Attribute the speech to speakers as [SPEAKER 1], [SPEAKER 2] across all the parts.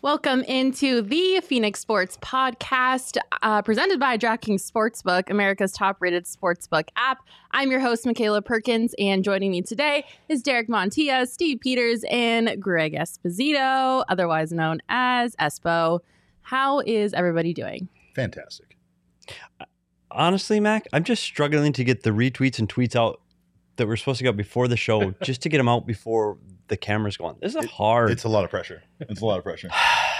[SPEAKER 1] Welcome into the Phoenix Sports Podcast, uh, presented by DraftKings Sportsbook, America's top-rated sportsbook app. I'm your host, Michaela Perkins, and joining me today is Derek Montilla, Steve Peters, and Greg Esposito, otherwise known as Espo. How is everybody doing?
[SPEAKER 2] Fantastic.
[SPEAKER 3] Honestly, Mac, I'm just struggling to get the retweets and tweets out that we're supposed to go before the show, just to get them out before the camera's going. This is
[SPEAKER 2] It-
[SPEAKER 3] hard.
[SPEAKER 2] It's a lot of pressure. It's a lot of pressure.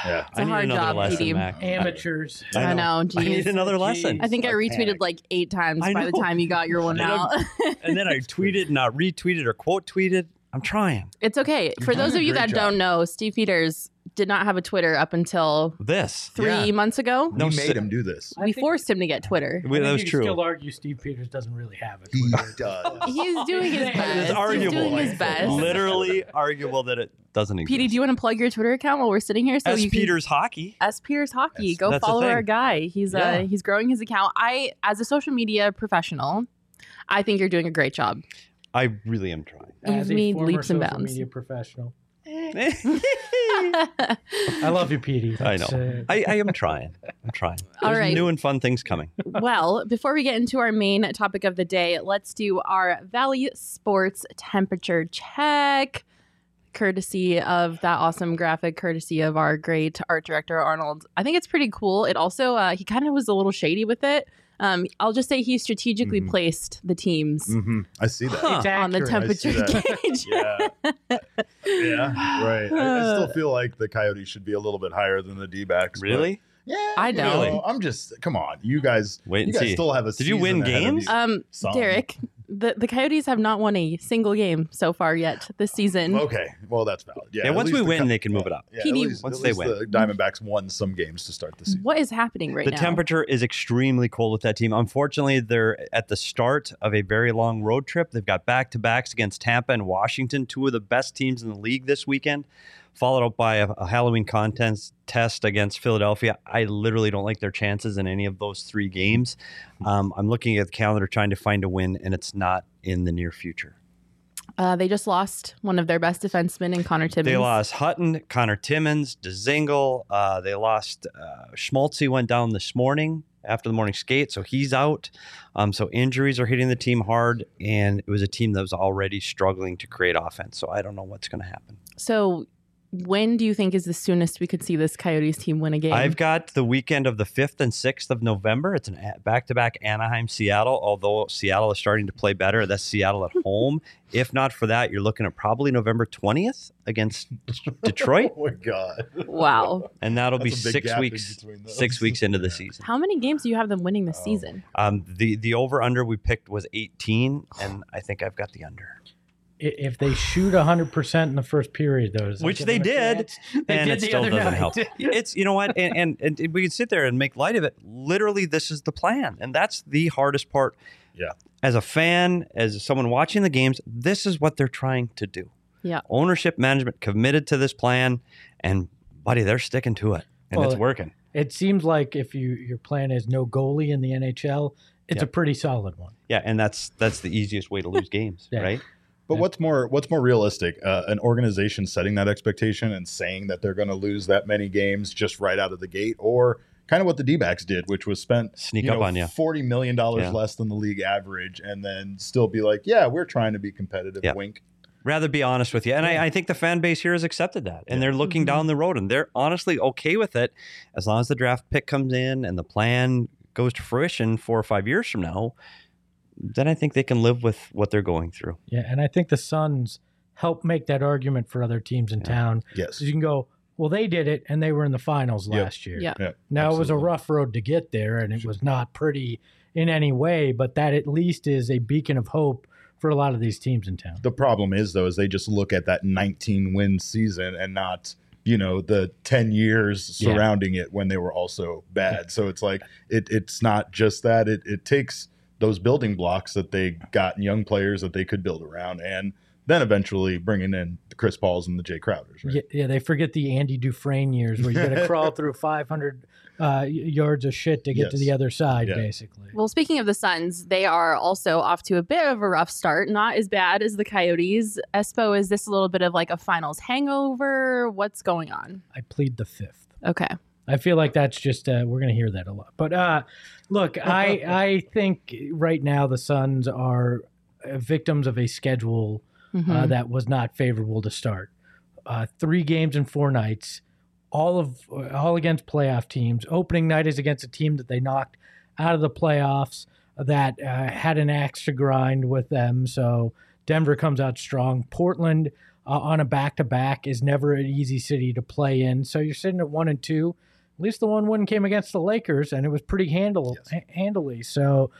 [SPEAKER 2] Yeah.
[SPEAKER 1] It's a hard job, PD.
[SPEAKER 3] Mac.
[SPEAKER 4] Amateurs.
[SPEAKER 1] I know,
[SPEAKER 3] I need
[SPEAKER 1] geez.
[SPEAKER 3] another
[SPEAKER 4] Jeez.
[SPEAKER 3] lesson.
[SPEAKER 1] I think I
[SPEAKER 2] I
[SPEAKER 1] retweeted
[SPEAKER 2] panicked.
[SPEAKER 1] like eight times
[SPEAKER 3] I
[SPEAKER 1] by the
[SPEAKER 3] know.
[SPEAKER 1] time you got your one
[SPEAKER 3] And
[SPEAKER 1] out.
[SPEAKER 3] I'm- and then I tweeted and I retweeted or quote tweeted. I'm trying
[SPEAKER 1] it's okay. For
[SPEAKER 2] doing
[SPEAKER 1] those
[SPEAKER 2] a
[SPEAKER 1] of you
[SPEAKER 2] great
[SPEAKER 1] that
[SPEAKER 2] job.
[SPEAKER 1] don't know, Steve Peters did not have a Twitter up until
[SPEAKER 3] this.
[SPEAKER 1] three
[SPEAKER 2] Yeah.
[SPEAKER 1] months ago.
[SPEAKER 3] No,
[SPEAKER 2] we made
[SPEAKER 3] sit-
[SPEAKER 2] him do this.
[SPEAKER 4] I
[SPEAKER 1] we
[SPEAKER 4] think-
[SPEAKER 1] forced him to get Twitter.
[SPEAKER 3] Wait,
[SPEAKER 4] I
[SPEAKER 3] that
[SPEAKER 4] think
[SPEAKER 3] was
[SPEAKER 4] you can
[SPEAKER 3] true.
[SPEAKER 4] Still argue Steve Peters doesn't really have it.
[SPEAKER 2] He does.
[SPEAKER 1] He's doing his
[SPEAKER 4] It is
[SPEAKER 1] best. He's
[SPEAKER 3] arguable.
[SPEAKER 1] doing his best.
[SPEAKER 3] Literally arguable that it doesn't exist.
[SPEAKER 1] PD, do you want to plug your Twitter account while we're sitting here?
[SPEAKER 3] S.
[SPEAKER 1] you can-
[SPEAKER 3] Peters Hockey.
[SPEAKER 1] S Peters Hockey.
[SPEAKER 2] Yes,
[SPEAKER 1] Go
[SPEAKER 3] that's a
[SPEAKER 1] follow our
[SPEAKER 3] thing.
[SPEAKER 1] guy. He's uh
[SPEAKER 3] Yeah.
[SPEAKER 1] he's growing his account. I as a social media professional, I think you're doing a great job.
[SPEAKER 3] I really am trying.
[SPEAKER 1] You've
[SPEAKER 4] As a
[SPEAKER 1] made
[SPEAKER 4] former
[SPEAKER 1] leaps and
[SPEAKER 4] social
[SPEAKER 1] bounds.
[SPEAKER 4] Media professional.
[SPEAKER 3] I,
[SPEAKER 4] I love you, Petey.
[SPEAKER 3] I know.
[SPEAKER 4] That's, uh,
[SPEAKER 3] I am trying. I'm trying.
[SPEAKER 1] All
[SPEAKER 3] There's
[SPEAKER 1] right.
[SPEAKER 3] new and fun things coming.
[SPEAKER 1] well, before we get into our main topic of the day, let's do our Valley Sports temperature check. Courtesy of that awesome graphic, courtesy of our great art director Arnold. I think it's pretty cool. It also uh, he kind of was a little shady with it. Um, I'll just say he strategically
[SPEAKER 3] Mm-hmm.
[SPEAKER 2] Mhm.
[SPEAKER 1] placed the teams
[SPEAKER 3] Mm.
[SPEAKER 2] hmm I see that.
[SPEAKER 3] Huh.
[SPEAKER 4] it's
[SPEAKER 1] on the
[SPEAKER 4] accurate.
[SPEAKER 1] temperature
[SPEAKER 2] that.
[SPEAKER 1] gauge.
[SPEAKER 2] Yeah. Yeah. Right. I, I still feel like the Coyotes should be a little bit higher than the D backs.
[SPEAKER 3] Really?
[SPEAKER 2] Yeah.
[SPEAKER 1] I
[SPEAKER 2] you
[SPEAKER 1] don't.
[SPEAKER 2] know, I'm just, come on. You guys,
[SPEAKER 3] Wait
[SPEAKER 2] you
[SPEAKER 3] and
[SPEAKER 2] guys
[SPEAKER 3] see.
[SPEAKER 2] still have a
[SPEAKER 3] Did you win
[SPEAKER 2] season ahead of
[SPEAKER 3] games?
[SPEAKER 2] you.
[SPEAKER 1] Um,
[SPEAKER 2] Some.
[SPEAKER 1] Derek, the, the Coyotes have not won a single game so far yet this season.
[SPEAKER 2] Okay. Well, that's valid. Yeah.
[SPEAKER 3] Yeah,
[SPEAKER 2] at
[SPEAKER 3] once
[SPEAKER 2] least
[SPEAKER 3] we
[SPEAKER 2] the
[SPEAKER 3] win,
[SPEAKER 2] Coy-
[SPEAKER 3] they can move it up.
[SPEAKER 2] Yeah, at
[SPEAKER 1] PD
[SPEAKER 2] least,
[SPEAKER 3] Once
[SPEAKER 2] at
[SPEAKER 3] they
[SPEAKER 2] least
[SPEAKER 3] win.
[SPEAKER 2] The Diamondbacks won some games to start the season.
[SPEAKER 1] What is happening right
[SPEAKER 3] the
[SPEAKER 1] now?
[SPEAKER 3] temperature is extremely cold with that team. Unfortunately, they're at the start of a very long road trip. They've got back to backs against Tampa and Washington, two of the best teams in the league this weekend, followed up by a, a Halloween contest test against Philadelphia. I literally don't like their chances in any of those three games.
[SPEAKER 1] Hmm.
[SPEAKER 3] Um, I'm looking at the calendar trying to find a win, and it's not in the near future.
[SPEAKER 1] Uh, they just lost one of their best defensemen in Connor Timmins.
[SPEAKER 3] They lost Hutton, Connor Timmins, DeZingle. Uh, they lost uh, Schmaltzy went down this morning after the morning skate, so he's out. Um, so injuries are hitting the team hard, and it was a team that was already struggling to create offense. So I don't know what's going to happen.
[SPEAKER 1] So, when do you think is the soonest we could see this Coyotes team win a game?
[SPEAKER 3] I've got the weekend of the fifth and sixth of November. It's an a- back-to-back Anaheim Seattle. Although Seattle is starting to play better, that's Seattle at home. if not for that, you're looking at probably November twentieth against Detroit,
[SPEAKER 2] Oh, my God.
[SPEAKER 1] wow.
[SPEAKER 3] and that'll
[SPEAKER 2] That's a
[SPEAKER 3] be
[SPEAKER 2] big
[SPEAKER 3] six
[SPEAKER 2] gap in
[SPEAKER 3] weeks.
[SPEAKER 2] between those.
[SPEAKER 3] Six weeks into the
[SPEAKER 2] Yeah.
[SPEAKER 3] season.
[SPEAKER 1] How many games do you have them winning this
[SPEAKER 2] Oh.
[SPEAKER 1] season?
[SPEAKER 3] Um, the the over under we picked was 18, and I think I've got the under,
[SPEAKER 4] i- if they shoot 100% in the first period, though, is that
[SPEAKER 3] which
[SPEAKER 4] give
[SPEAKER 3] they
[SPEAKER 4] them a
[SPEAKER 3] did,
[SPEAKER 4] chance? They
[SPEAKER 3] and
[SPEAKER 4] did
[SPEAKER 3] it
[SPEAKER 4] the
[SPEAKER 3] still
[SPEAKER 4] other
[SPEAKER 3] doesn't
[SPEAKER 4] night.
[SPEAKER 3] help. It's you know what, and, and and we can sit there and make light of it. Literally, this is the plan, and that's the hardest part.
[SPEAKER 2] Yeah.
[SPEAKER 3] As a fan, as someone watching the games, this is what they're trying to do.
[SPEAKER 1] Yeah.
[SPEAKER 3] Ownership management committed to this plan, and buddy, they're sticking to it, and
[SPEAKER 4] Well,
[SPEAKER 3] it's working.
[SPEAKER 4] It seems like if you your plan is no goalie in the NHL, it's
[SPEAKER 3] Yeah.
[SPEAKER 4] a pretty solid one.
[SPEAKER 3] Yeah, and that's that's the easiest way to lose games,
[SPEAKER 4] Yeah.
[SPEAKER 3] right?
[SPEAKER 2] But
[SPEAKER 4] Yeah.
[SPEAKER 2] what's more, what's more realistic? Uh, an organization setting that expectation and saying that they're going to lose that many games just right out of the gate, or kind of what the D-backs did, which was spent
[SPEAKER 3] Sneak
[SPEAKER 2] you
[SPEAKER 3] up
[SPEAKER 2] know,
[SPEAKER 3] on you.
[SPEAKER 2] forty million dollars
[SPEAKER 3] Yeah.
[SPEAKER 2] less than the league average, and then still be like, yeah, we're trying to be competitive.
[SPEAKER 3] Yeah.
[SPEAKER 2] Wink.
[SPEAKER 3] rather be honest with you. And I, I think the fan base here has accepted that. And they're looking
[SPEAKER 1] Mhm.
[SPEAKER 3] down the road and they're honestly okay with it as long as the draft pick comes in and the plan goes to fruition four or five years from now. Then I think they can live with what they're going through.
[SPEAKER 4] Yeah, and I think the Suns help make that argument for other teams in
[SPEAKER 3] Yeah.
[SPEAKER 4] town.
[SPEAKER 2] Yes.
[SPEAKER 4] So you can go, well, they did it, and they were in the finals
[SPEAKER 2] Yep.
[SPEAKER 4] last year.
[SPEAKER 1] Yeah.
[SPEAKER 2] Yeah,
[SPEAKER 4] Now it was a
[SPEAKER 2] absolutely.
[SPEAKER 4] rough road to get there, and it was not pretty in any way. But that at least is a beacon of hope for a lot of these teams in town.
[SPEAKER 2] The problem is though, is they just look at that 19 win season and not, you know, the 10 years
[SPEAKER 4] Yeah.
[SPEAKER 2] surrounding it when they were also bad. So it's like it it's not just that. It it takes those building blocks that they got in young players that they could build around and then eventually bringing in the Chris Pauls and the Jay Crowders. Right?
[SPEAKER 4] Yeah, yeah, they forget the Andy Dufresne years where you got to crawl through 500 uh, y- yards of shit to get to
[SPEAKER 2] Yes.
[SPEAKER 4] the other side,
[SPEAKER 2] Yeah.
[SPEAKER 4] basically.
[SPEAKER 1] Well, speaking of the Suns, they are also off to a bit of a rough start. Not as bad as the Coyotes. Espo, is this a little bit of like a finals hangover? What's going on?
[SPEAKER 4] I plead the fifth.
[SPEAKER 1] Okay.
[SPEAKER 4] I feel like that's just uh, we're going to hear that a lot. But uh, look, I I think right now the Suns are uh, victims of a schedule
[SPEAKER 1] Mhm.
[SPEAKER 4] uh, that was not favorable to start. Uh, three games in four nights, all of all against playoff teams. Opening night is against a team that they knocked out of the playoffs that uh, had an axe to grind with them. So Denver comes out strong. Portland uh, on a back to back is never an easy city to play in. So you're sitting at one and two. At least the one one came against the Lakers, and it was pretty handle
[SPEAKER 2] Yes.
[SPEAKER 4] ha- handily. So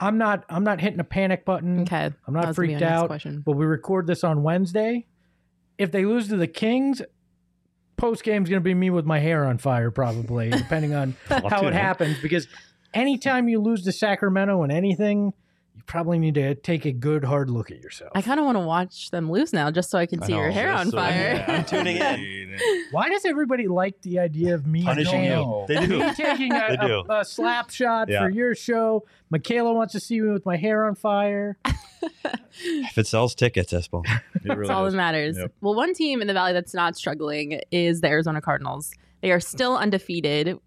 [SPEAKER 4] I'm not I'm not hitting a panic button.
[SPEAKER 1] okay.
[SPEAKER 4] I'm
[SPEAKER 1] That
[SPEAKER 4] not
[SPEAKER 1] was gonna be my
[SPEAKER 4] freaked
[SPEAKER 1] next
[SPEAKER 4] out
[SPEAKER 1] Question.
[SPEAKER 4] but we record this on Wednesday. If they lose to the Kings, post game's going to be me with my hair on fire, probably, depending on how it
[SPEAKER 3] Platoon.
[SPEAKER 4] happens. Because anytime you lose to Sacramento in anything, you probably need to take a good hard look at yourself.
[SPEAKER 1] I kind of want to watch them lose now just so I can
[SPEAKER 3] I
[SPEAKER 1] see your
[SPEAKER 3] know,
[SPEAKER 1] hair
[SPEAKER 3] just
[SPEAKER 1] on
[SPEAKER 3] so-
[SPEAKER 1] fire.
[SPEAKER 3] Yeah, I'm tuning in.
[SPEAKER 4] Why does everybody like the idea of me
[SPEAKER 3] Punishing
[SPEAKER 4] going-
[SPEAKER 3] you. They do.
[SPEAKER 4] Me taking
[SPEAKER 3] They
[SPEAKER 4] a,
[SPEAKER 3] do.
[SPEAKER 4] a, a slap shot
[SPEAKER 3] Yeah.
[SPEAKER 4] for your show? Michaela wants to see me with my hair on fire.
[SPEAKER 3] if it sells tickets, Espo.
[SPEAKER 2] It really
[SPEAKER 1] That's all
[SPEAKER 2] is.
[SPEAKER 1] that matters.
[SPEAKER 2] Yep.
[SPEAKER 1] Well, one team in the Valley that's not struggling is the Arizona Cardinals. They are still undefeated.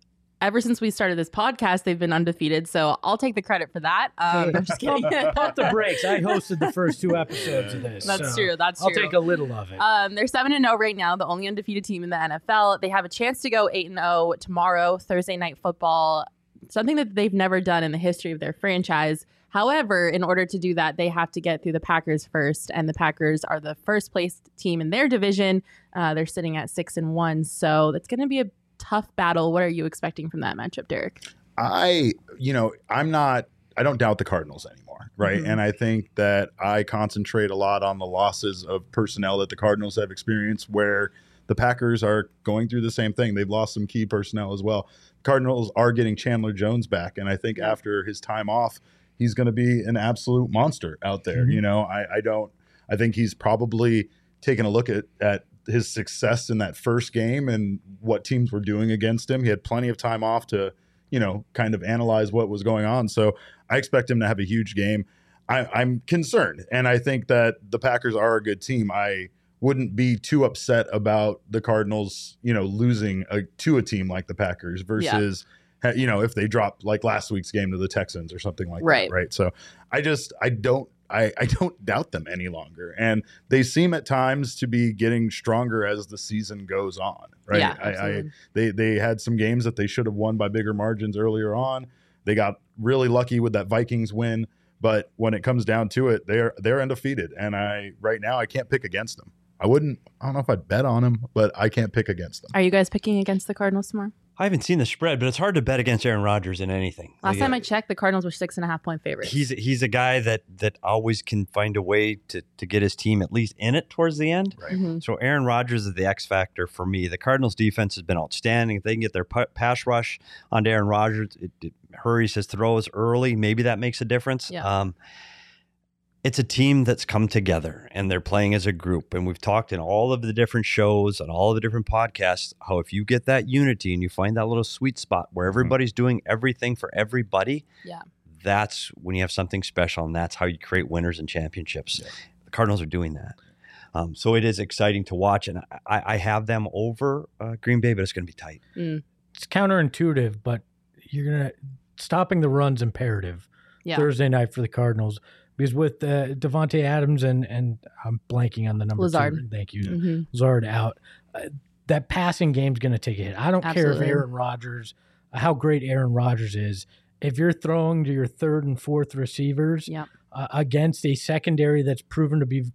[SPEAKER 1] Ever since we started this podcast, they've been undefeated. So I'll take the credit for that. Um, I'm just kidding.
[SPEAKER 4] Pump the brakes. I hosted the first two episodes of this.
[SPEAKER 1] That's
[SPEAKER 4] so
[SPEAKER 1] true. That's
[SPEAKER 4] I'll
[SPEAKER 1] true.
[SPEAKER 4] take a little of it.
[SPEAKER 1] um, they're seven and zero right now, the only undefeated team in the NFL. They have a chance to go eight and zero tomorrow, Thursday night football, something that they've never done in the history of their franchise. However, in order to do that, they have to get through the Packers first, and the Packers are the first place team in their division. Uh, they're sitting at six and one, so that's going to be a tough battle. What are you expecting from that matchup, Derek?
[SPEAKER 2] I, you know, I'm not, I don't doubt the Cardinals anymore, right?
[SPEAKER 1] Mhm.
[SPEAKER 2] And I think that I concentrate a lot on the losses of personnel that the Cardinals have experienced, where the Packers are going through the same thing. They've lost some key personnel as well. Cardinals are getting Chandler Jones back. And I think after his time off, he's going to be an absolute monster out there.
[SPEAKER 4] Mhm.
[SPEAKER 2] You know, I, I don't, I think he's probably taken a look at, at, his success in that first game and what teams were doing against him. He had plenty of time off to you know, kind of analyze what was going on. So I expect him to have a huge game. I, I'm concerned, and I think that the Packers are a good team. I wouldn't be too upset about the Cardinals, you know, losing a, to a team like the Packers versus, ha- you know, if they drop like last week's game to the Texans or something like
[SPEAKER 1] Right.
[SPEAKER 2] that, right? So I just I don't I, I don't doubt them any longer, and they seem at times to be getting stronger as the season goes on, right?
[SPEAKER 1] Yeah,
[SPEAKER 2] I, I,
[SPEAKER 1] absolutely.
[SPEAKER 2] they they had some games that they should have won by bigger margins earlier on. They got really lucky with that Vikings win, but when it comes down to it, they're they're undefeated, and I right now I can't pick against them. I wouldn't. I don't know if I'd bet on them, but I can't pick against them.
[SPEAKER 1] Are you guys picking against the Cardinals tomorrow?
[SPEAKER 3] I haven't seen the spread, but it's hard to bet against Aaron Rodgers in anything.
[SPEAKER 1] Last
[SPEAKER 3] Like,
[SPEAKER 1] time
[SPEAKER 3] uh,
[SPEAKER 1] I checked, the Cardinals were six and a half point favorites.
[SPEAKER 3] he's he's a guy that that always can find a way to to get his team at least in it towards the end.
[SPEAKER 1] Mhm.
[SPEAKER 3] So Aaron Rodgers is the X factor for me. The Cardinals' defense has been outstanding. If they can get their pu- pass rush onto Aaron Rodgers, it, it hurries his throws early. Maybe that makes a difference.
[SPEAKER 1] Yeah.
[SPEAKER 3] Um, it's a team that's come together and they're playing as a group. And we've talked in all of the different shows and all of the different podcasts how if you get that unity and you find that little sweet spot where everybody's doing everything for everybody,
[SPEAKER 1] Yeah.
[SPEAKER 3] that's when you have something special and that's how you create winners and championships. The Cardinals are doing that. Um, so it is exciting to watch, and I, I have them over uh, Green Bay, but it's going to be tight.
[SPEAKER 4] it's counterintuitive, but you're gonna stopping the runs imperative
[SPEAKER 1] Yeah.
[SPEAKER 4] Thursday night for the Cardinals. because with uh, Devonte Adams and and I'm blanking on the number. two.
[SPEAKER 1] Lazard.
[SPEAKER 4] Thank you.
[SPEAKER 1] hmm
[SPEAKER 4] Lazard out. Uh, that passing game's going to take a hit. I don't care
[SPEAKER 1] Absolutely.
[SPEAKER 4] if Aaron Rodgers, how great Aaron Rodgers is. If you're throwing to your third and fourth receivers
[SPEAKER 1] Yep.
[SPEAKER 4] uh, against a secondary that's proven to be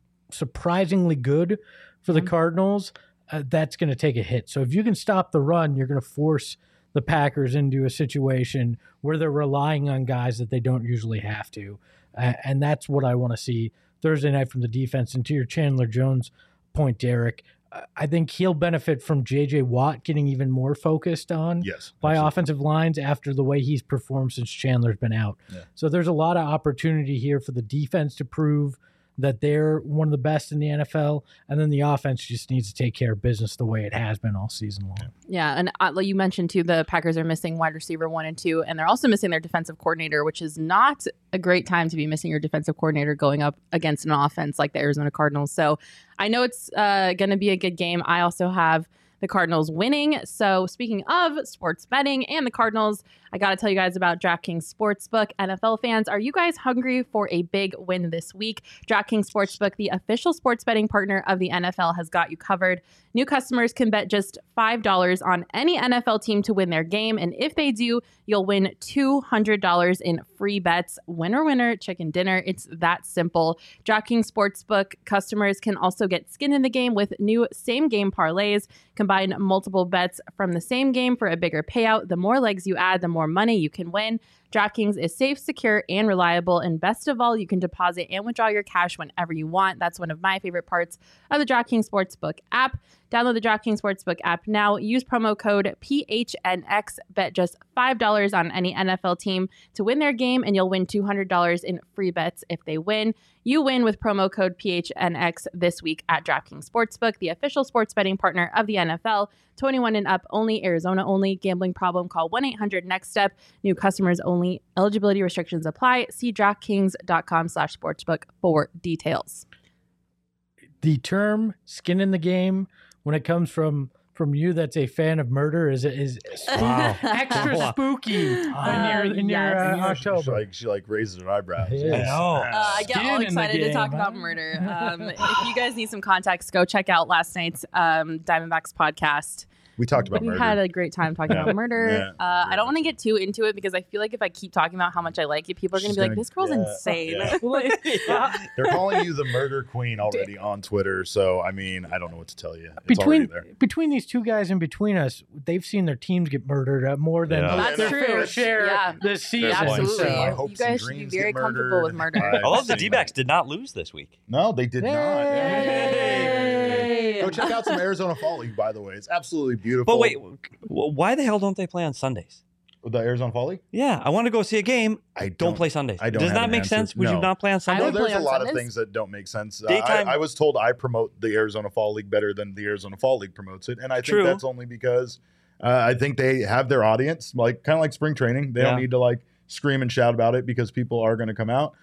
[SPEAKER 4] surprisingly good for the
[SPEAKER 1] Mhm.
[SPEAKER 4] Cardinals, uh, that's going to take a hit. So if you can stop the run, you're going to force the Packers into a situation where they're relying on guys that they don't usually have to. Uh, and that's what I want to see Thursday night from the defense. And to your Chandler Jones point, Derek, uh, I think he'll benefit from JJ Watt getting even more focused on
[SPEAKER 2] Yes.
[SPEAKER 4] by
[SPEAKER 2] absolutely.
[SPEAKER 4] offensive lines after the way he's performed since Chandler's been out.
[SPEAKER 2] Yeah.
[SPEAKER 4] So there's a lot of opportunity here for the defense to prove that they're one of the best in the NFL, and then the offense just needs to take care of business the way it has been all season long.
[SPEAKER 1] Yeah, and uh, like you mentioned too, the Packers are missing wide receiver one and two, and they're also missing their defensive coordinator, which is not a great time to be missing your defensive coordinator going up against an offense like the Arizona Cardinals. So I know it's uh, going to be a good game. I also have the Cardinals winning. So speaking of sports betting and the Cardinals, I got to tell you guys about DraftKings Sportsbook. NFL fans, are you guys hungry for a big win this week? DraftKings Sportsbook, the official sports betting partner of the NFL, has got you covered. New customers can bet just $5 on any NFL team to win their game. And if they do, you'll win $200 in free bets. Winner, winner, chicken dinner. It's that simple. DraftKings Sportsbook customers can also get skin in the game with new same game parlays. Combine multiple bets from the same game for a bigger payout. The more legs you add, the more money you can win. DraftKings is safe, secure, and reliable. And best of all, you can deposit and withdraw your cash whenever you want. That's one of my favorite parts of the DraftKings Sportsbook app. Download the DraftKings Sportsbook app now. Use promo code PHNX. Bet just $5 on any NFL team to win their game, and you'll win $200 in free bets if they win. You win with promo code PHNX this week at DraftKings Sportsbook, the official sports betting partner of the NFL. 21 and up only, Arizona only. Gambling problem, call 1 800 NEXT STEP. New customers only. Eligibility restrictions apply. See DraftKings.com slash sportsbook for details.
[SPEAKER 4] The term "skin in the game" when it comes from from you that's a fan of murder is is
[SPEAKER 3] Wow.
[SPEAKER 4] extra
[SPEAKER 3] Wow.
[SPEAKER 1] Uh,
[SPEAKER 4] spooky in your in your
[SPEAKER 1] yes.
[SPEAKER 2] Yeah,
[SPEAKER 4] uh,
[SPEAKER 2] she-
[SPEAKER 4] October.
[SPEAKER 2] She, like she like raises her eyebrows.
[SPEAKER 4] Yeah.
[SPEAKER 2] Yes.
[SPEAKER 3] Oh.
[SPEAKER 1] Uh, I get
[SPEAKER 4] Skin
[SPEAKER 1] all
[SPEAKER 4] in the
[SPEAKER 1] excited to
[SPEAKER 4] game,
[SPEAKER 1] talk about
[SPEAKER 4] huh?
[SPEAKER 1] murder. Um, if you guys need some context, go check out last night's um, Diamondbacks podcast.
[SPEAKER 2] We talked about
[SPEAKER 1] we
[SPEAKER 2] murder.
[SPEAKER 1] had a great time talking
[SPEAKER 2] Yeah.
[SPEAKER 1] about murder.
[SPEAKER 2] Yeah.
[SPEAKER 1] Uh, I
[SPEAKER 2] Yeah.
[SPEAKER 1] don't want to get too into it because I feel like if I keep talking about how much I like it, people are going
[SPEAKER 2] She's
[SPEAKER 1] to be like,
[SPEAKER 2] gonna-
[SPEAKER 1] "This girl's
[SPEAKER 2] yeah.
[SPEAKER 1] insane."
[SPEAKER 2] Yeah.
[SPEAKER 1] Like,
[SPEAKER 2] They're calling you the murder queen already on Twitter. So I mean, I don't know what to tell you. It's already
[SPEAKER 4] between
[SPEAKER 2] there.
[SPEAKER 4] between these two guys and between us, they've seen their teams get murdered uh, more than
[SPEAKER 3] Yeah.
[SPEAKER 1] Oh, That's
[SPEAKER 4] their
[SPEAKER 1] true.
[SPEAKER 4] fair share
[SPEAKER 1] Yeah.
[SPEAKER 4] this season.
[SPEAKER 3] Fair point.
[SPEAKER 1] Absolutely.
[SPEAKER 4] So-
[SPEAKER 2] My hopes
[SPEAKER 1] You
[SPEAKER 2] and
[SPEAKER 1] guys should be
[SPEAKER 2] dreams
[SPEAKER 1] very
[SPEAKER 2] get
[SPEAKER 1] comfortable with
[SPEAKER 2] murdered.
[SPEAKER 1] murder.
[SPEAKER 2] I've
[SPEAKER 3] Although the
[SPEAKER 2] seen
[SPEAKER 3] D
[SPEAKER 2] that.
[SPEAKER 3] backs did not lose this week.
[SPEAKER 2] No, they did not.
[SPEAKER 1] Yay.
[SPEAKER 2] Go check out some Arizona Fall League, by the way. It's absolutely beautiful.
[SPEAKER 3] But wait, w- why the hell don't they play on Sundays?
[SPEAKER 2] the Arizona Fall League?
[SPEAKER 3] Yeah, I want to go see a game.
[SPEAKER 2] I
[SPEAKER 3] Don't, play Sundays.
[SPEAKER 2] I don't
[SPEAKER 3] Does
[SPEAKER 2] have
[SPEAKER 3] not
[SPEAKER 2] an
[SPEAKER 3] make
[SPEAKER 2] answer.
[SPEAKER 3] sense. Would
[SPEAKER 2] No.
[SPEAKER 3] you not play on
[SPEAKER 1] I
[SPEAKER 3] Sundays?
[SPEAKER 2] No,
[SPEAKER 1] don't
[SPEAKER 2] there's
[SPEAKER 1] play
[SPEAKER 2] a
[SPEAKER 1] on
[SPEAKER 2] lot of
[SPEAKER 1] Sundays.
[SPEAKER 2] things that don't make sense. Uh,
[SPEAKER 3] Daytime-
[SPEAKER 2] I, I was told I promote the Arizona Fall League better than the Arizona Fall League promotes it, and I think
[SPEAKER 3] True.
[SPEAKER 2] that's only because uh, I think they have their audience, like kind of like spring training. They don't
[SPEAKER 3] Yeah.
[SPEAKER 2] need to like scream and shout about it because people are going to come out.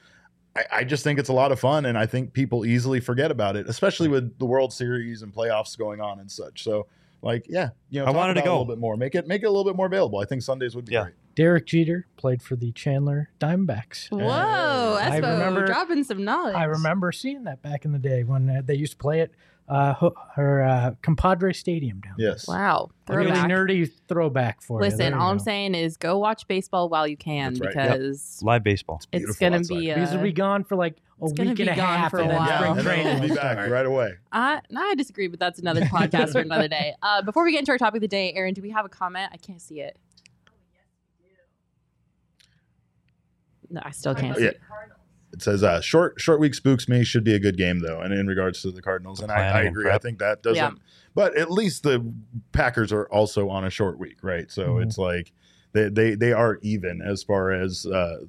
[SPEAKER 2] I, I just think it's a lot of fun, and I think people easily forget about it, especially with the World Series and playoffs going on and such. So, like, yeah, you know,
[SPEAKER 3] I
[SPEAKER 2] talk
[SPEAKER 3] wanted to
[SPEAKER 2] about it
[SPEAKER 3] go.
[SPEAKER 2] a little bit more, make it make it a little bit more available. I think Sundays would be
[SPEAKER 3] Yeah.
[SPEAKER 2] great.
[SPEAKER 4] Derek Jeter played for the Chandler Diamondbacks.
[SPEAKER 1] Whoa,
[SPEAKER 2] I
[SPEAKER 1] Espo,
[SPEAKER 4] remember-
[SPEAKER 1] dropping some knowledge.
[SPEAKER 4] I remember seeing that back in the day when uh, they used to play at uh, ho- her uh, compadre stadium down.
[SPEAKER 2] Yes.
[SPEAKER 1] Wow,
[SPEAKER 4] there. really
[SPEAKER 1] throwback.
[SPEAKER 4] nerdy throwback for you.
[SPEAKER 1] Listen,
[SPEAKER 4] There you
[SPEAKER 1] all I'm
[SPEAKER 4] go.
[SPEAKER 1] saying is go watch baseball while you can
[SPEAKER 2] That's right. Yep.
[SPEAKER 1] because
[SPEAKER 3] Live baseball.
[SPEAKER 1] it's
[SPEAKER 2] beautiful
[SPEAKER 1] going to
[SPEAKER 2] outside.
[SPEAKER 1] be.
[SPEAKER 4] These will
[SPEAKER 1] uh,
[SPEAKER 4] be gone for like a
[SPEAKER 1] It's gonna
[SPEAKER 4] week
[SPEAKER 1] be
[SPEAKER 4] and a
[SPEAKER 1] gone
[SPEAKER 4] half
[SPEAKER 1] for a
[SPEAKER 4] and then
[SPEAKER 1] while.
[SPEAKER 4] spring
[SPEAKER 2] and then
[SPEAKER 4] training
[SPEAKER 2] we'll be
[SPEAKER 4] will
[SPEAKER 2] back
[SPEAKER 4] start.
[SPEAKER 2] right away.
[SPEAKER 1] Uh, no, I disagree, but that's another podcast for another day. Uh, before we get into our topic of the day, Aaron, do we have a comment? I can't see it. No, I still can't see
[SPEAKER 2] Yeah.
[SPEAKER 1] it.
[SPEAKER 2] It says uh, short short week spooks me should be a good game though, and in regards to the Cardinals, and I, I
[SPEAKER 3] Planning and
[SPEAKER 2] agree. I
[SPEAKER 3] prep.
[SPEAKER 2] think that doesn't.
[SPEAKER 1] Yeah.
[SPEAKER 2] But at least the Packers are also on a short week, right? So
[SPEAKER 4] Mhm.
[SPEAKER 2] it's like they, they they are even as far as uh,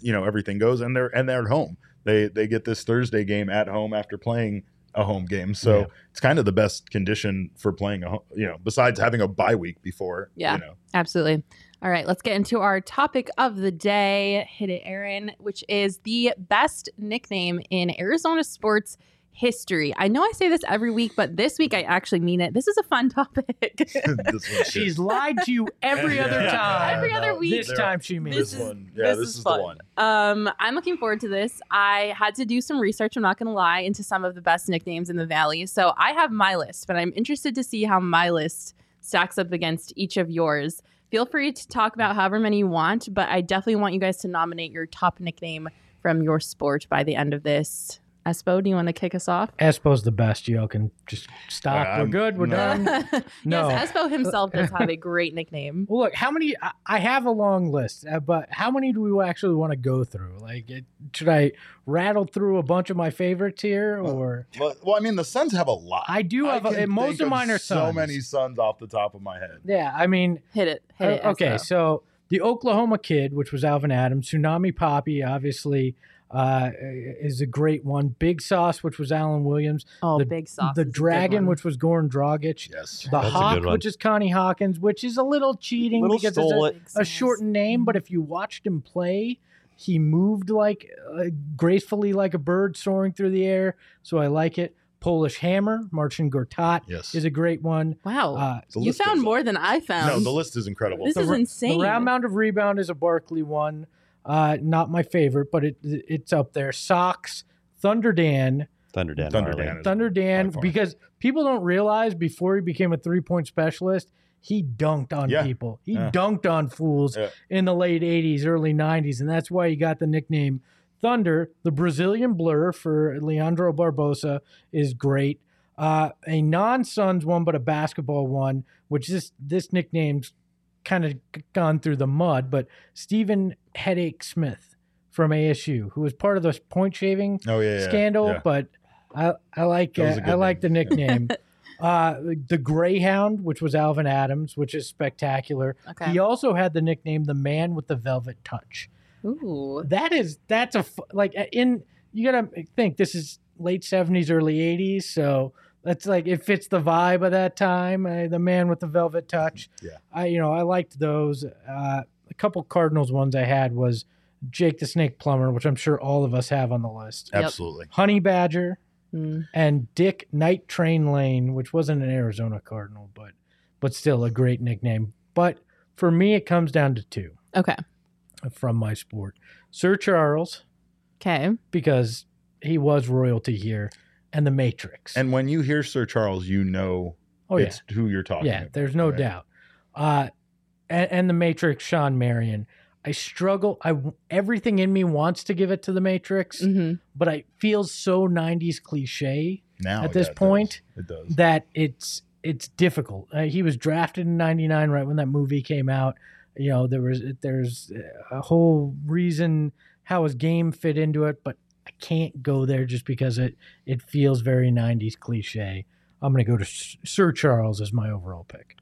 [SPEAKER 2] you know everything goes, and they're and they're at home. They they get this Thursday game at home after playing a home game, so
[SPEAKER 4] Yeah.
[SPEAKER 2] it's kind of the best condition for playing a ho- you know besides having a bye week before.
[SPEAKER 1] Yeah.
[SPEAKER 2] you know.
[SPEAKER 1] Absolutely. All right, let's get into our topic of the day. Hit it, Aaron, which is the best nickname in Arizona sports history. I know I say this every week, but this week I actually mean it. This is a fun topic.
[SPEAKER 2] This one's
[SPEAKER 4] She's
[SPEAKER 2] good.
[SPEAKER 4] lied to you every
[SPEAKER 2] Yeah.
[SPEAKER 4] other time.
[SPEAKER 1] Every other week.
[SPEAKER 4] This time she means
[SPEAKER 2] This,
[SPEAKER 1] This is-
[SPEAKER 2] one. Yeah,
[SPEAKER 1] this
[SPEAKER 2] this,
[SPEAKER 1] is
[SPEAKER 2] is,
[SPEAKER 1] fun.
[SPEAKER 2] the one.
[SPEAKER 1] Um, I'm looking forward to this. I had to do some research, I'm not going to lie, into some of the best nicknames in the Valley. So I have my list, but I'm interested to see how my list stacks up against each of yours. Feel free to talk about however many you want, but I definitely want you guys to nominate your top nickname from your sport by the end of this. Espo, do you want to kick us off?
[SPEAKER 4] Espo's the best. Y'all can just stop.
[SPEAKER 2] Uh,
[SPEAKER 4] We're
[SPEAKER 2] I'm-
[SPEAKER 4] good. We're
[SPEAKER 2] no.
[SPEAKER 4] done. No.
[SPEAKER 1] Yes, Espo himself does have a great nickname.
[SPEAKER 4] Well, look, how many? I- I have a long list, uh, but how many do we actually want to go through? Like, it, should I rattle through a bunch of my favorites here,
[SPEAKER 2] Well,
[SPEAKER 4] or
[SPEAKER 2] Well, well, I mean, the Suns have a lot.
[SPEAKER 4] I do have
[SPEAKER 2] I
[SPEAKER 4] a,
[SPEAKER 2] can
[SPEAKER 4] most
[SPEAKER 2] think
[SPEAKER 4] of mine are
[SPEAKER 2] so
[SPEAKER 4] sons.
[SPEAKER 2] many Suns off the top of my head.
[SPEAKER 4] Yeah, I mean,
[SPEAKER 1] Hit it. Hit it.
[SPEAKER 4] uh, okay,
[SPEAKER 1] Espo.
[SPEAKER 4] so the Oklahoma Kid, which was Alvin Adams, Tsunami Poppy, obviously, uh, is a great one. Big Sauce, which was Alan Williams,
[SPEAKER 1] oh,
[SPEAKER 4] the-
[SPEAKER 1] big sauce.
[SPEAKER 4] the
[SPEAKER 1] is a good
[SPEAKER 4] Dragon,
[SPEAKER 1] one.
[SPEAKER 4] which was Goran Dragic,
[SPEAKER 2] Yes.
[SPEAKER 3] That's a
[SPEAKER 4] the
[SPEAKER 3] good
[SPEAKER 4] Hawk,
[SPEAKER 3] one.
[SPEAKER 4] which is Connie Hawkins, which is a little cheating
[SPEAKER 3] Little
[SPEAKER 4] because it's a-
[SPEAKER 3] stole it.
[SPEAKER 1] Big
[SPEAKER 4] a
[SPEAKER 1] sauce.
[SPEAKER 4] shortened name, but if you watched him play, he moved like uh, gracefully like a bird soaring through the air. So I like it. Polish Hammer, Marcin Gortat
[SPEAKER 2] Yes.
[SPEAKER 4] is a great one.
[SPEAKER 1] Wow.
[SPEAKER 4] Uh,
[SPEAKER 2] The
[SPEAKER 1] you
[SPEAKER 2] list
[SPEAKER 1] found
[SPEAKER 2] goes
[SPEAKER 1] more than I
[SPEAKER 2] on.
[SPEAKER 1] found.
[SPEAKER 2] No, the list is incredible.
[SPEAKER 1] This
[SPEAKER 4] The
[SPEAKER 1] is
[SPEAKER 4] ra-
[SPEAKER 1] insane.
[SPEAKER 4] The round mound of rebound is a Barkley one. Uh, not my favorite, but it it's up there. Socks, Thunder Dan,
[SPEAKER 3] Thunder Dan.
[SPEAKER 2] Thunder
[SPEAKER 3] Harley.
[SPEAKER 2] Dan is
[SPEAKER 4] Thunder Dan,
[SPEAKER 2] by far.
[SPEAKER 4] because people don't realize before he became a three point specialist, he dunked on
[SPEAKER 2] Yeah.
[SPEAKER 4] people. He
[SPEAKER 2] Yeah.
[SPEAKER 4] dunked on fools
[SPEAKER 2] Yeah.
[SPEAKER 4] in the late 80s, early 90s. And that's why he got the nickname Thunder. The Brazilian blur for Leandro Barbosa is great. Uh, a non Suns one, but a basketball one, which this, this nickname's kind of gone through the mud, but Stephen Headache Smith from ASU, who was part of the point shaving
[SPEAKER 2] Oh yeah. yeah,
[SPEAKER 4] scandal,
[SPEAKER 2] yeah.
[SPEAKER 4] but I I like
[SPEAKER 2] That was a
[SPEAKER 4] uh,
[SPEAKER 2] good
[SPEAKER 4] I like the
[SPEAKER 2] name.
[SPEAKER 4] nickname. uh, the Greyhound, which was Alvin Adams, which is spectacular.
[SPEAKER 1] Okay.
[SPEAKER 4] He also had the nickname the Man with the Velvet Touch.
[SPEAKER 1] Ooh.
[SPEAKER 4] That is that's a fu- like uh, in you gotta think this is late seventies, early eighties, so. That's like it fits the vibe of that time. Uh, the man with the velvet touch.
[SPEAKER 2] Yeah.
[SPEAKER 4] I you know I liked those. Uh, a couple Cardinals ones I had was Jake the Snake Plumber, which I'm sure all of us have on the list.
[SPEAKER 1] Yep.
[SPEAKER 2] Absolutely.
[SPEAKER 4] Honey Badger
[SPEAKER 1] Mm.
[SPEAKER 4] and Dick Night Train Lane, which wasn't an Arizona Cardinal, but but still a great nickname. But for me, it comes down to two
[SPEAKER 1] Okay.
[SPEAKER 4] from my sport: Sir Charles,
[SPEAKER 1] Okay.
[SPEAKER 4] because he was royalty here, and the Matrix.
[SPEAKER 2] And when you hear Sir Charles, you know
[SPEAKER 4] oh yeah,
[SPEAKER 2] it's who you're talking.
[SPEAKER 4] yeah.
[SPEAKER 2] about.
[SPEAKER 4] There's no
[SPEAKER 2] right?
[SPEAKER 4] doubt. Uh, and, and the Matrix, Sean Marion. I struggle. I everything in me wants to give it to the Matrix,
[SPEAKER 2] Mm.
[SPEAKER 1] hmm
[SPEAKER 4] but I feel so '90s cliche.
[SPEAKER 2] Now
[SPEAKER 4] At
[SPEAKER 2] it
[SPEAKER 4] this
[SPEAKER 2] does.
[SPEAKER 4] point,
[SPEAKER 2] it does.
[SPEAKER 4] that it's it's difficult. Uh, he was drafted in '99, right when that movie came out. You know, there was there's a whole reason how his game fit into it, but I can't go there just because it it feels very '90s cliche. I'm gonna go to S- Sir Charles as my overall pick.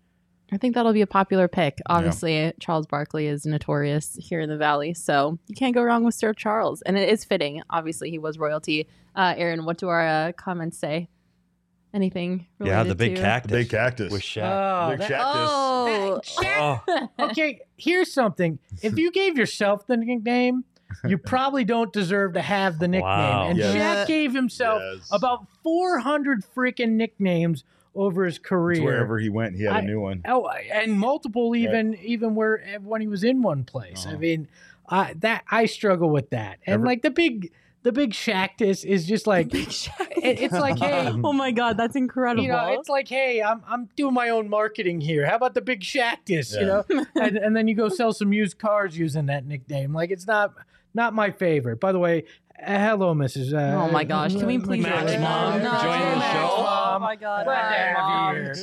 [SPEAKER 1] I think that'll be a popular pick. Obviously, Charles Barkley is notorious here in the Valley, so you can't go wrong with Sir Charles. And it is fitting. Obviously, he was royalty. Uh, Aaron, what do our uh, comments say? Anything?
[SPEAKER 3] Yeah,
[SPEAKER 1] related
[SPEAKER 3] the big
[SPEAKER 1] to-
[SPEAKER 3] cactus.
[SPEAKER 2] The big cactus.
[SPEAKER 3] With Shaq.
[SPEAKER 2] Big
[SPEAKER 4] that-
[SPEAKER 2] Shaq.
[SPEAKER 1] Oh,
[SPEAKER 3] Oh,
[SPEAKER 4] okay. Here's something: if you gave yourself the nickname, you probably don't deserve to have the nickname.
[SPEAKER 3] Wow.
[SPEAKER 4] And
[SPEAKER 2] Yes.
[SPEAKER 4] Jack gave himself
[SPEAKER 2] Yes.
[SPEAKER 4] about 400 freaking nicknames over his
[SPEAKER 2] It's
[SPEAKER 4] career.
[SPEAKER 2] wherever he went, he had a
[SPEAKER 4] I-
[SPEAKER 2] new one.
[SPEAKER 4] Oh, and multiple even even where when he was in one place. I
[SPEAKER 2] Uh-huh.
[SPEAKER 4] mean, I that I struggle with that. And
[SPEAKER 2] Ever-
[SPEAKER 4] like the big the big Shactus is just like
[SPEAKER 1] Big Shaq.
[SPEAKER 4] it- it's like hey,
[SPEAKER 3] Um,
[SPEAKER 1] oh my God, that's incredible.
[SPEAKER 4] you know, it's like hey, I'm I'm doing my own marketing here. How about the big Shactus, you
[SPEAKER 2] Yeah.
[SPEAKER 4] know? and, and then you go sell some used cars using that nickname. Like it's not not my favorite. By the way, uh, hello Mrs. Uh,
[SPEAKER 1] oh my gosh, can we please
[SPEAKER 3] Max
[SPEAKER 1] not-
[SPEAKER 3] Mom,
[SPEAKER 1] No,
[SPEAKER 3] join the
[SPEAKER 1] Max
[SPEAKER 3] show.
[SPEAKER 1] Mom.
[SPEAKER 4] Um,
[SPEAKER 1] Oh my God,
[SPEAKER 4] Glad to
[SPEAKER 1] Max
[SPEAKER 4] have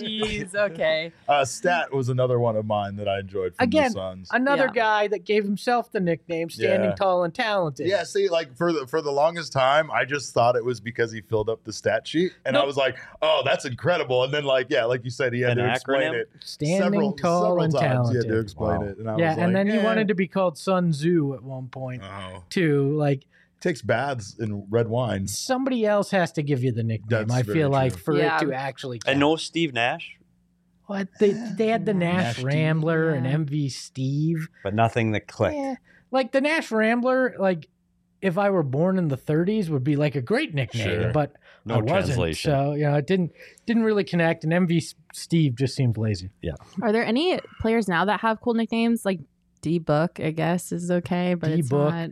[SPEAKER 1] Mom.
[SPEAKER 4] you
[SPEAKER 1] Jeez, okay.
[SPEAKER 2] Uh, Stat was another one of mine that I enjoyed from
[SPEAKER 4] Again,
[SPEAKER 2] the Suns.
[SPEAKER 4] another
[SPEAKER 1] Yeah.
[SPEAKER 4] guy that gave himself the nickname standing
[SPEAKER 2] Yeah.
[SPEAKER 4] tall and talented
[SPEAKER 2] Yeah, see, like for the for the longest time, I just thought it was because he filled up the stat sheet, and I
[SPEAKER 4] Nope.
[SPEAKER 2] was like, "Oh, that's incredible!" And then, like, yeah, like you said, he had
[SPEAKER 3] An
[SPEAKER 2] to explain
[SPEAKER 3] acronym?
[SPEAKER 2] it
[SPEAKER 4] standing
[SPEAKER 2] several
[SPEAKER 4] tall
[SPEAKER 2] several
[SPEAKER 4] and
[SPEAKER 2] times. He had to
[SPEAKER 4] talented
[SPEAKER 2] explain
[SPEAKER 3] Wow.
[SPEAKER 2] it, and I
[SPEAKER 4] yeah
[SPEAKER 2] was
[SPEAKER 4] and
[SPEAKER 2] like,
[SPEAKER 4] then he
[SPEAKER 2] eh,
[SPEAKER 4] wanted to be called sun tzu at one point
[SPEAKER 2] Oh,
[SPEAKER 4] too like
[SPEAKER 2] takes baths in red wine.
[SPEAKER 4] somebody else has to give you the nickname
[SPEAKER 2] That's
[SPEAKER 4] i
[SPEAKER 2] very
[SPEAKER 4] feel like
[SPEAKER 2] true.
[SPEAKER 4] for
[SPEAKER 1] Yeah.
[SPEAKER 4] it to actually count.
[SPEAKER 3] and no Steve Nash,
[SPEAKER 4] what they, they had the nash,
[SPEAKER 2] Nash Steve,
[SPEAKER 4] rambler
[SPEAKER 1] yeah.
[SPEAKER 4] and mv steve
[SPEAKER 3] but nothing that clicked.
[SPEAKER 4] Yeah. like the nash rambler like if I were born in the 30s, would be like a great nickname,
[SPEAKER 3] Sure.
[SPEAKER 4] but
[SPEAKER 3] No
[SPEAKER 4] I wasn't.
[SPEAKER 3] translation.
[SPEAKER 4] So you know, it didn't didn't really connect. And MV Steve just seemed lazy.
[SPEAKER 1] Are there any players now that have cool nicknames like D Book? I guess is okay, but it's
[SPEAKER 4] D-Book.
[SPEAKER 1] not.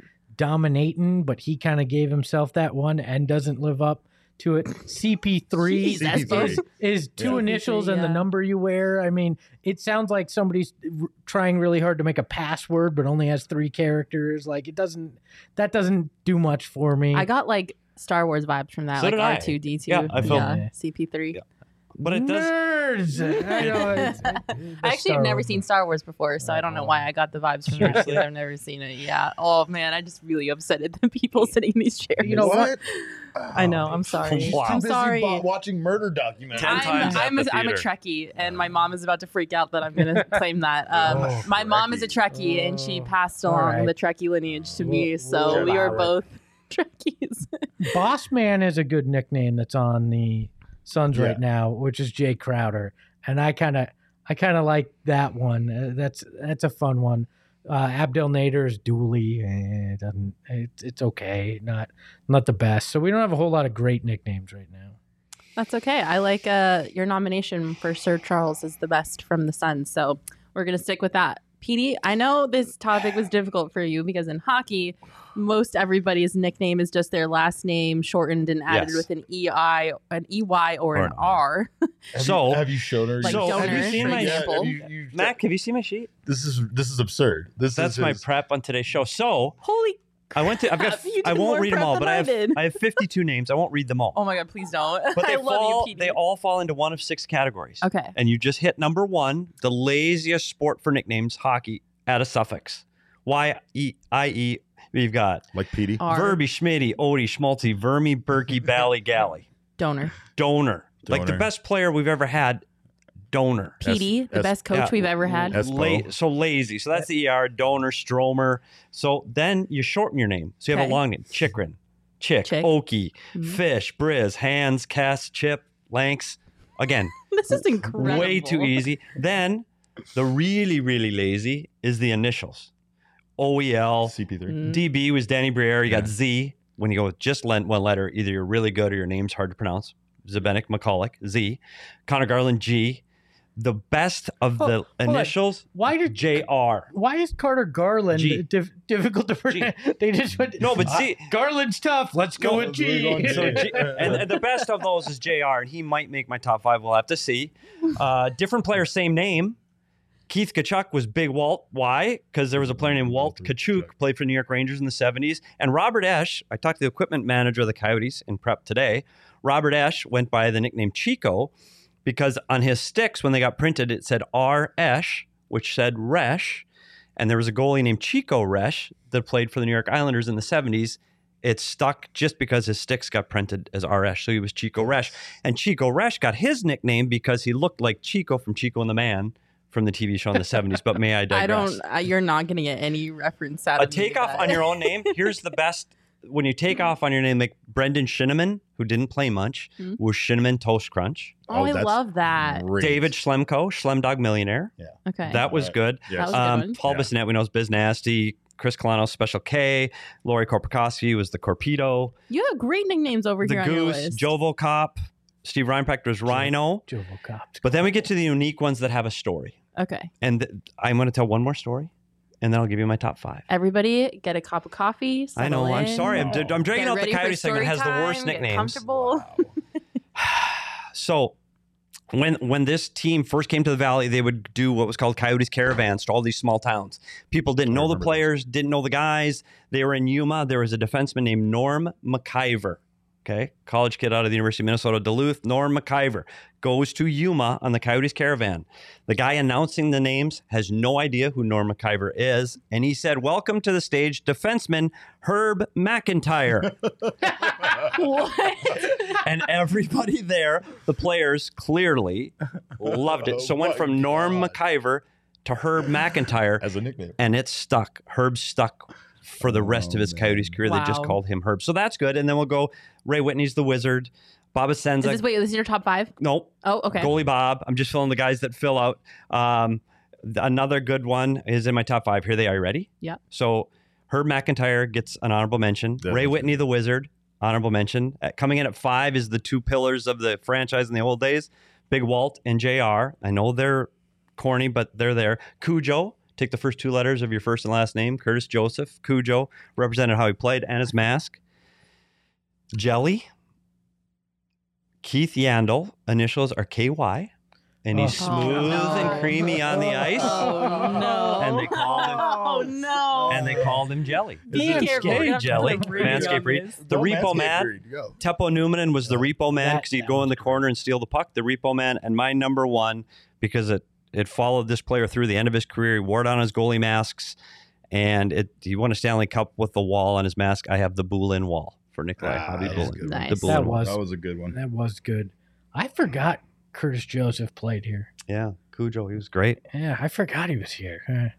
[SPEAKER 4] Dominating, but he kind of gave himself that one and doesn't live up to it. CP3
[SPEAKER 1] Jeez, that's
[SPEAKER 2] CP3.
[SPEAKER 4] is, is two
[SPEAKER 1] Yeah.
[SPEAKER 4] initials and the
[SPEAKER 1] Yeah.
[SPEAKER 4] number you wear. I mean, it sounds like somebody's r- trying really hard to make a password, but only has three characters. Like it doesn't that doesn't do much for me.
[SPEAKER 1] I got like Star Wars vibes from that,
[SPEAKER 3] So did I.
[SPEAKER 1] like R two D two,
[SPEAKER 3] Yeah, I felt-
[SPEAKER 1] CP three.
[SPEAKER 3] Yeah. But it does.
[SPEAKER 4] Nerds. I, know, it's- it's
[SPEAKER 1] I actually
[SPEAKER 4] Star
[SPEAKER 1] have never
[SPEAKER 4] Wars.
[SPEAKER 1] seen Star Wars before, so I don't know why I got the vibes from that because I've never seen it. Yeah. Oh man, I just really upsetted the people sitting in these chairs.
[SPEAKER 4] You know what?
[SPEAKER 1] I know. I'm sorry.
[SPEAKER 3] Wow.
[SPEAKER 1] I'm sorry.
[SPEAKER 2] Oh, Busy bo- watching murder documentaries.
[SPEAKER 3] Ten
[SPEAKER 1] I'm, uh,
[SPEAKER 3] times at
[SPEAKER 1] I'm, a,
[SPEAKER 3] the
[SPEAKER 1] I'm a
[SPEAKER 3] theater.
[SPEAKER 1] Trekkie, and my mom is about to freak out that I'm going to claim that. Um,
[SPEAKER 2] Oh,
[SPEAKER 1] my mom is a Trekkie, and she passed along
[SPEAKER 4] Alright.
[SPEAKER 1] the Trekkie lineage to me,
[SPEAKER 4] We'll-
[SPEAKER 1] so
[SPEAKER 2] we'll
[SPEAKER 1] we are
[SPEAKER 2] allow
[SPEAKER 1] both
[SPEAKER 2] it.
[SPEAKER 1] Trekkies.
[SPEAKER 4] Boss Man is a good nickname that's on the Suns
[SPEAKER 2] Yeah.
[SPEAKER 4] right now, which is Jay Crowder, and I kind of I kind of like that one. Uh, that's that's a fun one. Uh, Abdel Nader is Dooley. Eh, it doesn't it's it's okay, not not the best. So we don't have a whole lot of great nicknames right now.
[SPEAKER 1] That's okay. I like uh, your nomination for Sir Charles as the best from the Sun, so we're going to stick with that. Petey, I know this topic was difficult for you because in hockey, most everybody's nickname is just their last name shortened and added
[SPEAKER 3] Yes.
[SPEAKER 1] with an EI, an EY, or,
[SPEAKER 3] Or
[SPEAKER 1] an
[SPEAKER 3] an
[SPEAKER 1] R.
[SPEAKER 2] Have you-
[SPEAKER 3] So-
[SPEAKER 2] have you shown her?
[SPEAKER 1] Like
[SPEAKER 3] So, have you
[SPEAKER 1] donors,
[SPEAKER 3] seen
[SPEAKER 1] for
[SPEAKER 3] my-
[SPEAKER 1] example.
[SPEAKER 2] have you- you-
[SPEAKER 3] Mac, have you seen my sheet?
[SPEAKER 2] This is this is absurd. This
[SPEAKER 3] That's
[SPEAKER 2] is
[SPEAKER 3] my
[SPEAKER 2] his-
[SPEAKER 3] prep on today's show. So
[SPEAKER 1] Holy
[SPEAKER 3] I went to. I've got.
[SPEAKER 1] crap, you
[SPEAKER 3] I
[SPEAKER 1] did
[SPEAKER 3] won't
[SPEAKER 1] more
[SPEAKER 3] read them
[SPEAKER 1] prep
[SPEAKER 3] all,
[SPEAKER 1] than
[SPEAKER 3] but
[SPEAKER 1] I
[SPEAKER 3] I have.
[SPEAKER 1] did.
[SPEAKER 3] I have 52 names. I won't read them all.
[SPEAKER 1] Oh my god, please don't.
[SPEAKER 3] but they
[SPEAKER 1] I
[SPEAKER 3] fall.
[SPEAKER 1] love you, PD.
[SPEAKER 3] they all fall into one of six categories.
[SPEAKER 1] okay.
[SPEAKER 3] and you just hit number one, the laziest sport for nicknames, hockey, at a suffix. Y E I E. We've got
[SPEAKER 2] like Petey.
[SPEAKER 1] Are
[SPEAKER 3] Verby, Schmitty, Odie, Schmalti, Vermi, Berkey, Bally, Galley.
[SPEAKER 1] donor.
[SPEAKER 3] Donor. Like the
[SPEAKER 2] Donor.
[SPEAKER 3] best player we've ever had, Donor.
[SPEAKER 2] That's-
[SPEAKER 1] PD, the
[SPEAKER 2] that's-
[SPEAKER 1] best coach
[SPEAKER 3] yeah.
[SPEAKER 1] we've ever had.
[SPEAKER 2] That's- Espo.
[SPEAKER 3] La- so lazy. So that's the ER, Donor, Stromer. So then you shorten your name. So you have
[SPEAKER 1] Okay.
[SPEAKER 3] a long name Chikrin, Chick,
[SPEAKER 1] Chick.
[SPEAKER 3] Okie,
[SPEAKER 1] Mhm.
[SPEAKER 3] Fish, Briz, Hands, Cass, Chip, Lanks. Again,
[SPEAKER 1] This is incredible.
[SPEAKER 3] Way too easy. Then the really, really lazy is the initials. E OEL.
[SPEAKER 2] CP3.
[SPEAKER 1] Mm.
[SPEAKER 3] DB was Danny Briere. You got
[SPEAKER 2] Yeah.
[SPEAKER 3] Z. When you go with just len- one letter, either you're really good or your name's hard to pronounce. Zebenic McCulloch, Z. Connor Garland, G. The best of
[SPEAKER 4] Oh,
[SPEAKER 3] the
[SPEAKER 4] on.
[SPEAKER 3] initials,
[SPEAKER 4] Why did
[SPEAKER 3] JR.
[SPEAKER 4] why is Carter Garland
[SPEAKER 3] G.
[SPEAKER 4] dif- difficult to pronounce? They just went "Ah,
[SPEAKER 3] No, but Z.
[SPEAKER 4] Garland's tough. Let's go
[SPEAKER 3] No,
[SPEAKER 4] with
[SPEAKER 2] we're going
[SPEAKER 4] G.
[SPEAKER 3] So
[SPEAKER 2] G.
[SPEAKER 3] J- and, and the best of those is JR, and he might make my top five. We'll have to see. Uh, different player, same name. Keith Kachuk was Big Walt. Why? Because there was a player named Walt
[SPEAKER 2] Walter
[SPEAKER 3] Kachuk,
[SPEAKER 2] Kachuk.
[SPEAKER 3] played for New York Rangers in the 70s. And Robert Esch, I talked to the equipment manager of the Coyotes in prep today. Robert Esch went by the nickname Chico because on his sticks, when they got printed, it said R. Esch, which said Resch. And there was a goalie named Chico Resch that played for the New York Islanders in the 70s. It stuck just because his sticks got printed as R. Esch. So he was Chico Resch. And Chico Resch got his nickname because he looked like Chico from Chico and the Man from the TV show in the 70s. But may I digress?
[SPEAKER 1] I don't. Uh, you're not going to get any reference out
[SPEAKER 3] a
[SPEAKER 1] of me
[SPEAKER 3] takeoff
[SPEAKER 1] that-
[SPEAKER 3] on your own name. Here's the best when you take off on your name, like Brendan Shinneman, who didn't play much,
[SPEAKER 1] Mhm.
[SPEAKER 3] was Shinneman Toast Crunch.
[SPEAKER 1] Oh,
[SPEAKER 2] Oh,
[SPEAKER 1] I
[SPEAKER 2] that's
[SPEAKER 1] love that.
[SPEAKER 2] Great.
[SPEAKER 3] David Schlemko, Schlemdog Millionaire.
[SPEAKER 1] Okay.
[SPEAKER 3] That was
[SPEAKER 2] Right.
[SPEAKER 3] good.
[SPEAKER 2] Yes.
[SPEAKER 1] That was-
[SPEAKER 3] Um,
[SPEAKER 1] one.
[SPEAKER 3] Paul
[SPEAKER 2] Yeah.
[SPEAKER 3] Bissonette, we know, is Biz Nasty. Chris Colano, Special K. Lori Korpikoski was the Corpedo.
[SPEAKER 1] you have great nicknames over
[SPEAKER 3] The
[SPEAKER 1] here on your
[SPEAKER 3] Goose,
[SPEAKER 1] list.
[SPEAKER 3] Jovo Cop. Steve Reinprecht was Rhino.
[SPEAKER 4] Jovo Cop.
[SPEAKER 3] But then we get to the unique ones that have a story.
[SPEAKER 1] Okay.
[SPEAKER 3] And th- I'm going to tell one more story, and then I'll give you my top five.
[SPEAKER 1] Everybody, get a cup of coffee.
[SPEAKER 3] I know.
[SPEAKER 1] settle
[SPEAKER 3] I'm
[SPEAKER 1] in,
[SPEAKER 3] sorry. I'm,
[SPEAKER 2] Wow.
[SPEAKER 3] I'm dragging
[SPEAKER 1] get
[SPEAKER 3] out the
[SPEAKER 1] ready for
[SPEAKER 3] Coyote segment. It Has
[SPEAKER 1] story
[SPEAKER 3] the worst
[SPEAKER 1] time, get
[SPEAKER 3] nicknames.
[SPEAKER 1] Comfortable.
[SPEAKER 3] So when when this team first came to the valley, they would do what was called Coyotes caravans to all these small towns. People didn't
[SPEAKER 2] I
[SPEAKER 3] know the
[SPEAKER 2] remember this.
[SPEAKER 3] players, didn't know the guys. They were in Yuma. There was a defenseman named Norm McIver. Okay, college kid out of the University of Minnesota Duluth, Norm McIver goes to Yuma on the Coyotes caravan. The guy announcing the names has no idea who Norm McIver is, and he said, "Welcome to the stage, defenseman Herb McIntyre."
[SPEAKER 1] what?
[SPEAKER 3] and everybody there, the players clearly loved it. So it went
[SPEAKER 2] Oh,
[SPEAKER 3] from
[SPEAKER 2] my
[SPEAKER 3] Norm
[SPEAKER 2] God.
[SPEAKER 3] McIver to Herb McIntyre,
[SPEAKER 2] as a nickname.
[SPEAKER 3] and it stuck. Herb stuck for the rest of
[SPEAKER 2] Oh,
[SPEAKER 3] his
[SPEAKER 2] man.
[SPEAKER 3] Coyotes career. They just
[SPEAKER 1] Wow.
[SPEAKER 3] called him Herb. So that's good. And then we'll go Ray Whitney's the Wizard. Baba
[SPEAKER 1] Is
[SPEAKER 3] Senza.
[SPEAKER 1] this, wait, this is your top five?
[SPEAKER 3] nope.
[SPEAKER 1] Oh, okay.
[SPEAKER 3] Goalie Bob. I'm just filling the guys that fill out. Um, th- another good one is in my top five. Here they are. You ready?
[SPEAKER 1] Yeah.
[SPEAKER 3] So Herb McIntyre gets an honorable mention. Ray
[SPEAKER 2] Definitely.
[SPEAKER 3] Whitney, the Wizard, honorable mention. Uh, coming in at five is the two pillars of the franchise in the old days Big Walt and JR. I know they're corny, but they're there. Cujo, take the first two letters of your first and last name. Curtis Joseph. Cujo represented how he played and his mask. Jelly. Keith Yandel. Initials are KY. And he's
[SPEAKER 4] Oh.
[SPEAKER 3] smooth
[SPEAKER 1] Oh.
[SPEAKER 3] and creamy on the ice.
[SPEAKER 1] Oh, no.
[SPEAKER 3] And they called him-
[SPEAKER 1] Oh, no.
[SPEAKER 3] And they called him Jelly.
[SPEAKER 1] Be
[SPEAKER 3] Manscaped
[SPEAKER 1] careful. You have to
[SPEAKER 3] Jelly.
[SPEAKER 1] put a ring on
[SPEAKER 3] Manscaped Reed.
[SPEAKER 1] this.
[SPEAKER 3] The
[SPEAKER 2] Go
[SPEAKER 3] Repo
[SPEAKER 2] Manscaped
[SPEAKER 3] Man.
[SPEAKER 2] Breed, Go.
[SPEAKER 3] Teppo Newman was the Repo Man
[SPEAKER 4] That
[SPEAKER 3] because he'd go in
[SPEAKER 4] sounds
[SPEAKER 3] the corner and steal the puck. The Repo Man, and my number one because it it followed this player through the end of his career. He wore down his goalie masks, and it he won a Stanley Cup with the wall on his mask. I have the Boolin wall for Nikolai
[SPEAKER 2] Ah,
[SPEAKER 3] Hobby
[SPEAKER 2] that was a
[SPEAKER 3] Boolin.
[SPEAKER 2] good one.
[SPEAKER 1] Nice.
[SPEAKER 3] The
[SPEAKER 1] That
[SPEAKER 3] Boolin wall.
[SPEAKER 4] was-
[SPEAKER 2] That was a good one.
[SPEAKER 4] That was good. I forgot Curtis Joseph played here.
[SPEAKER 3] Yeah, Cujo, he was great.
[SPEAKER 4] Yeah, I forgot he was here. Huh.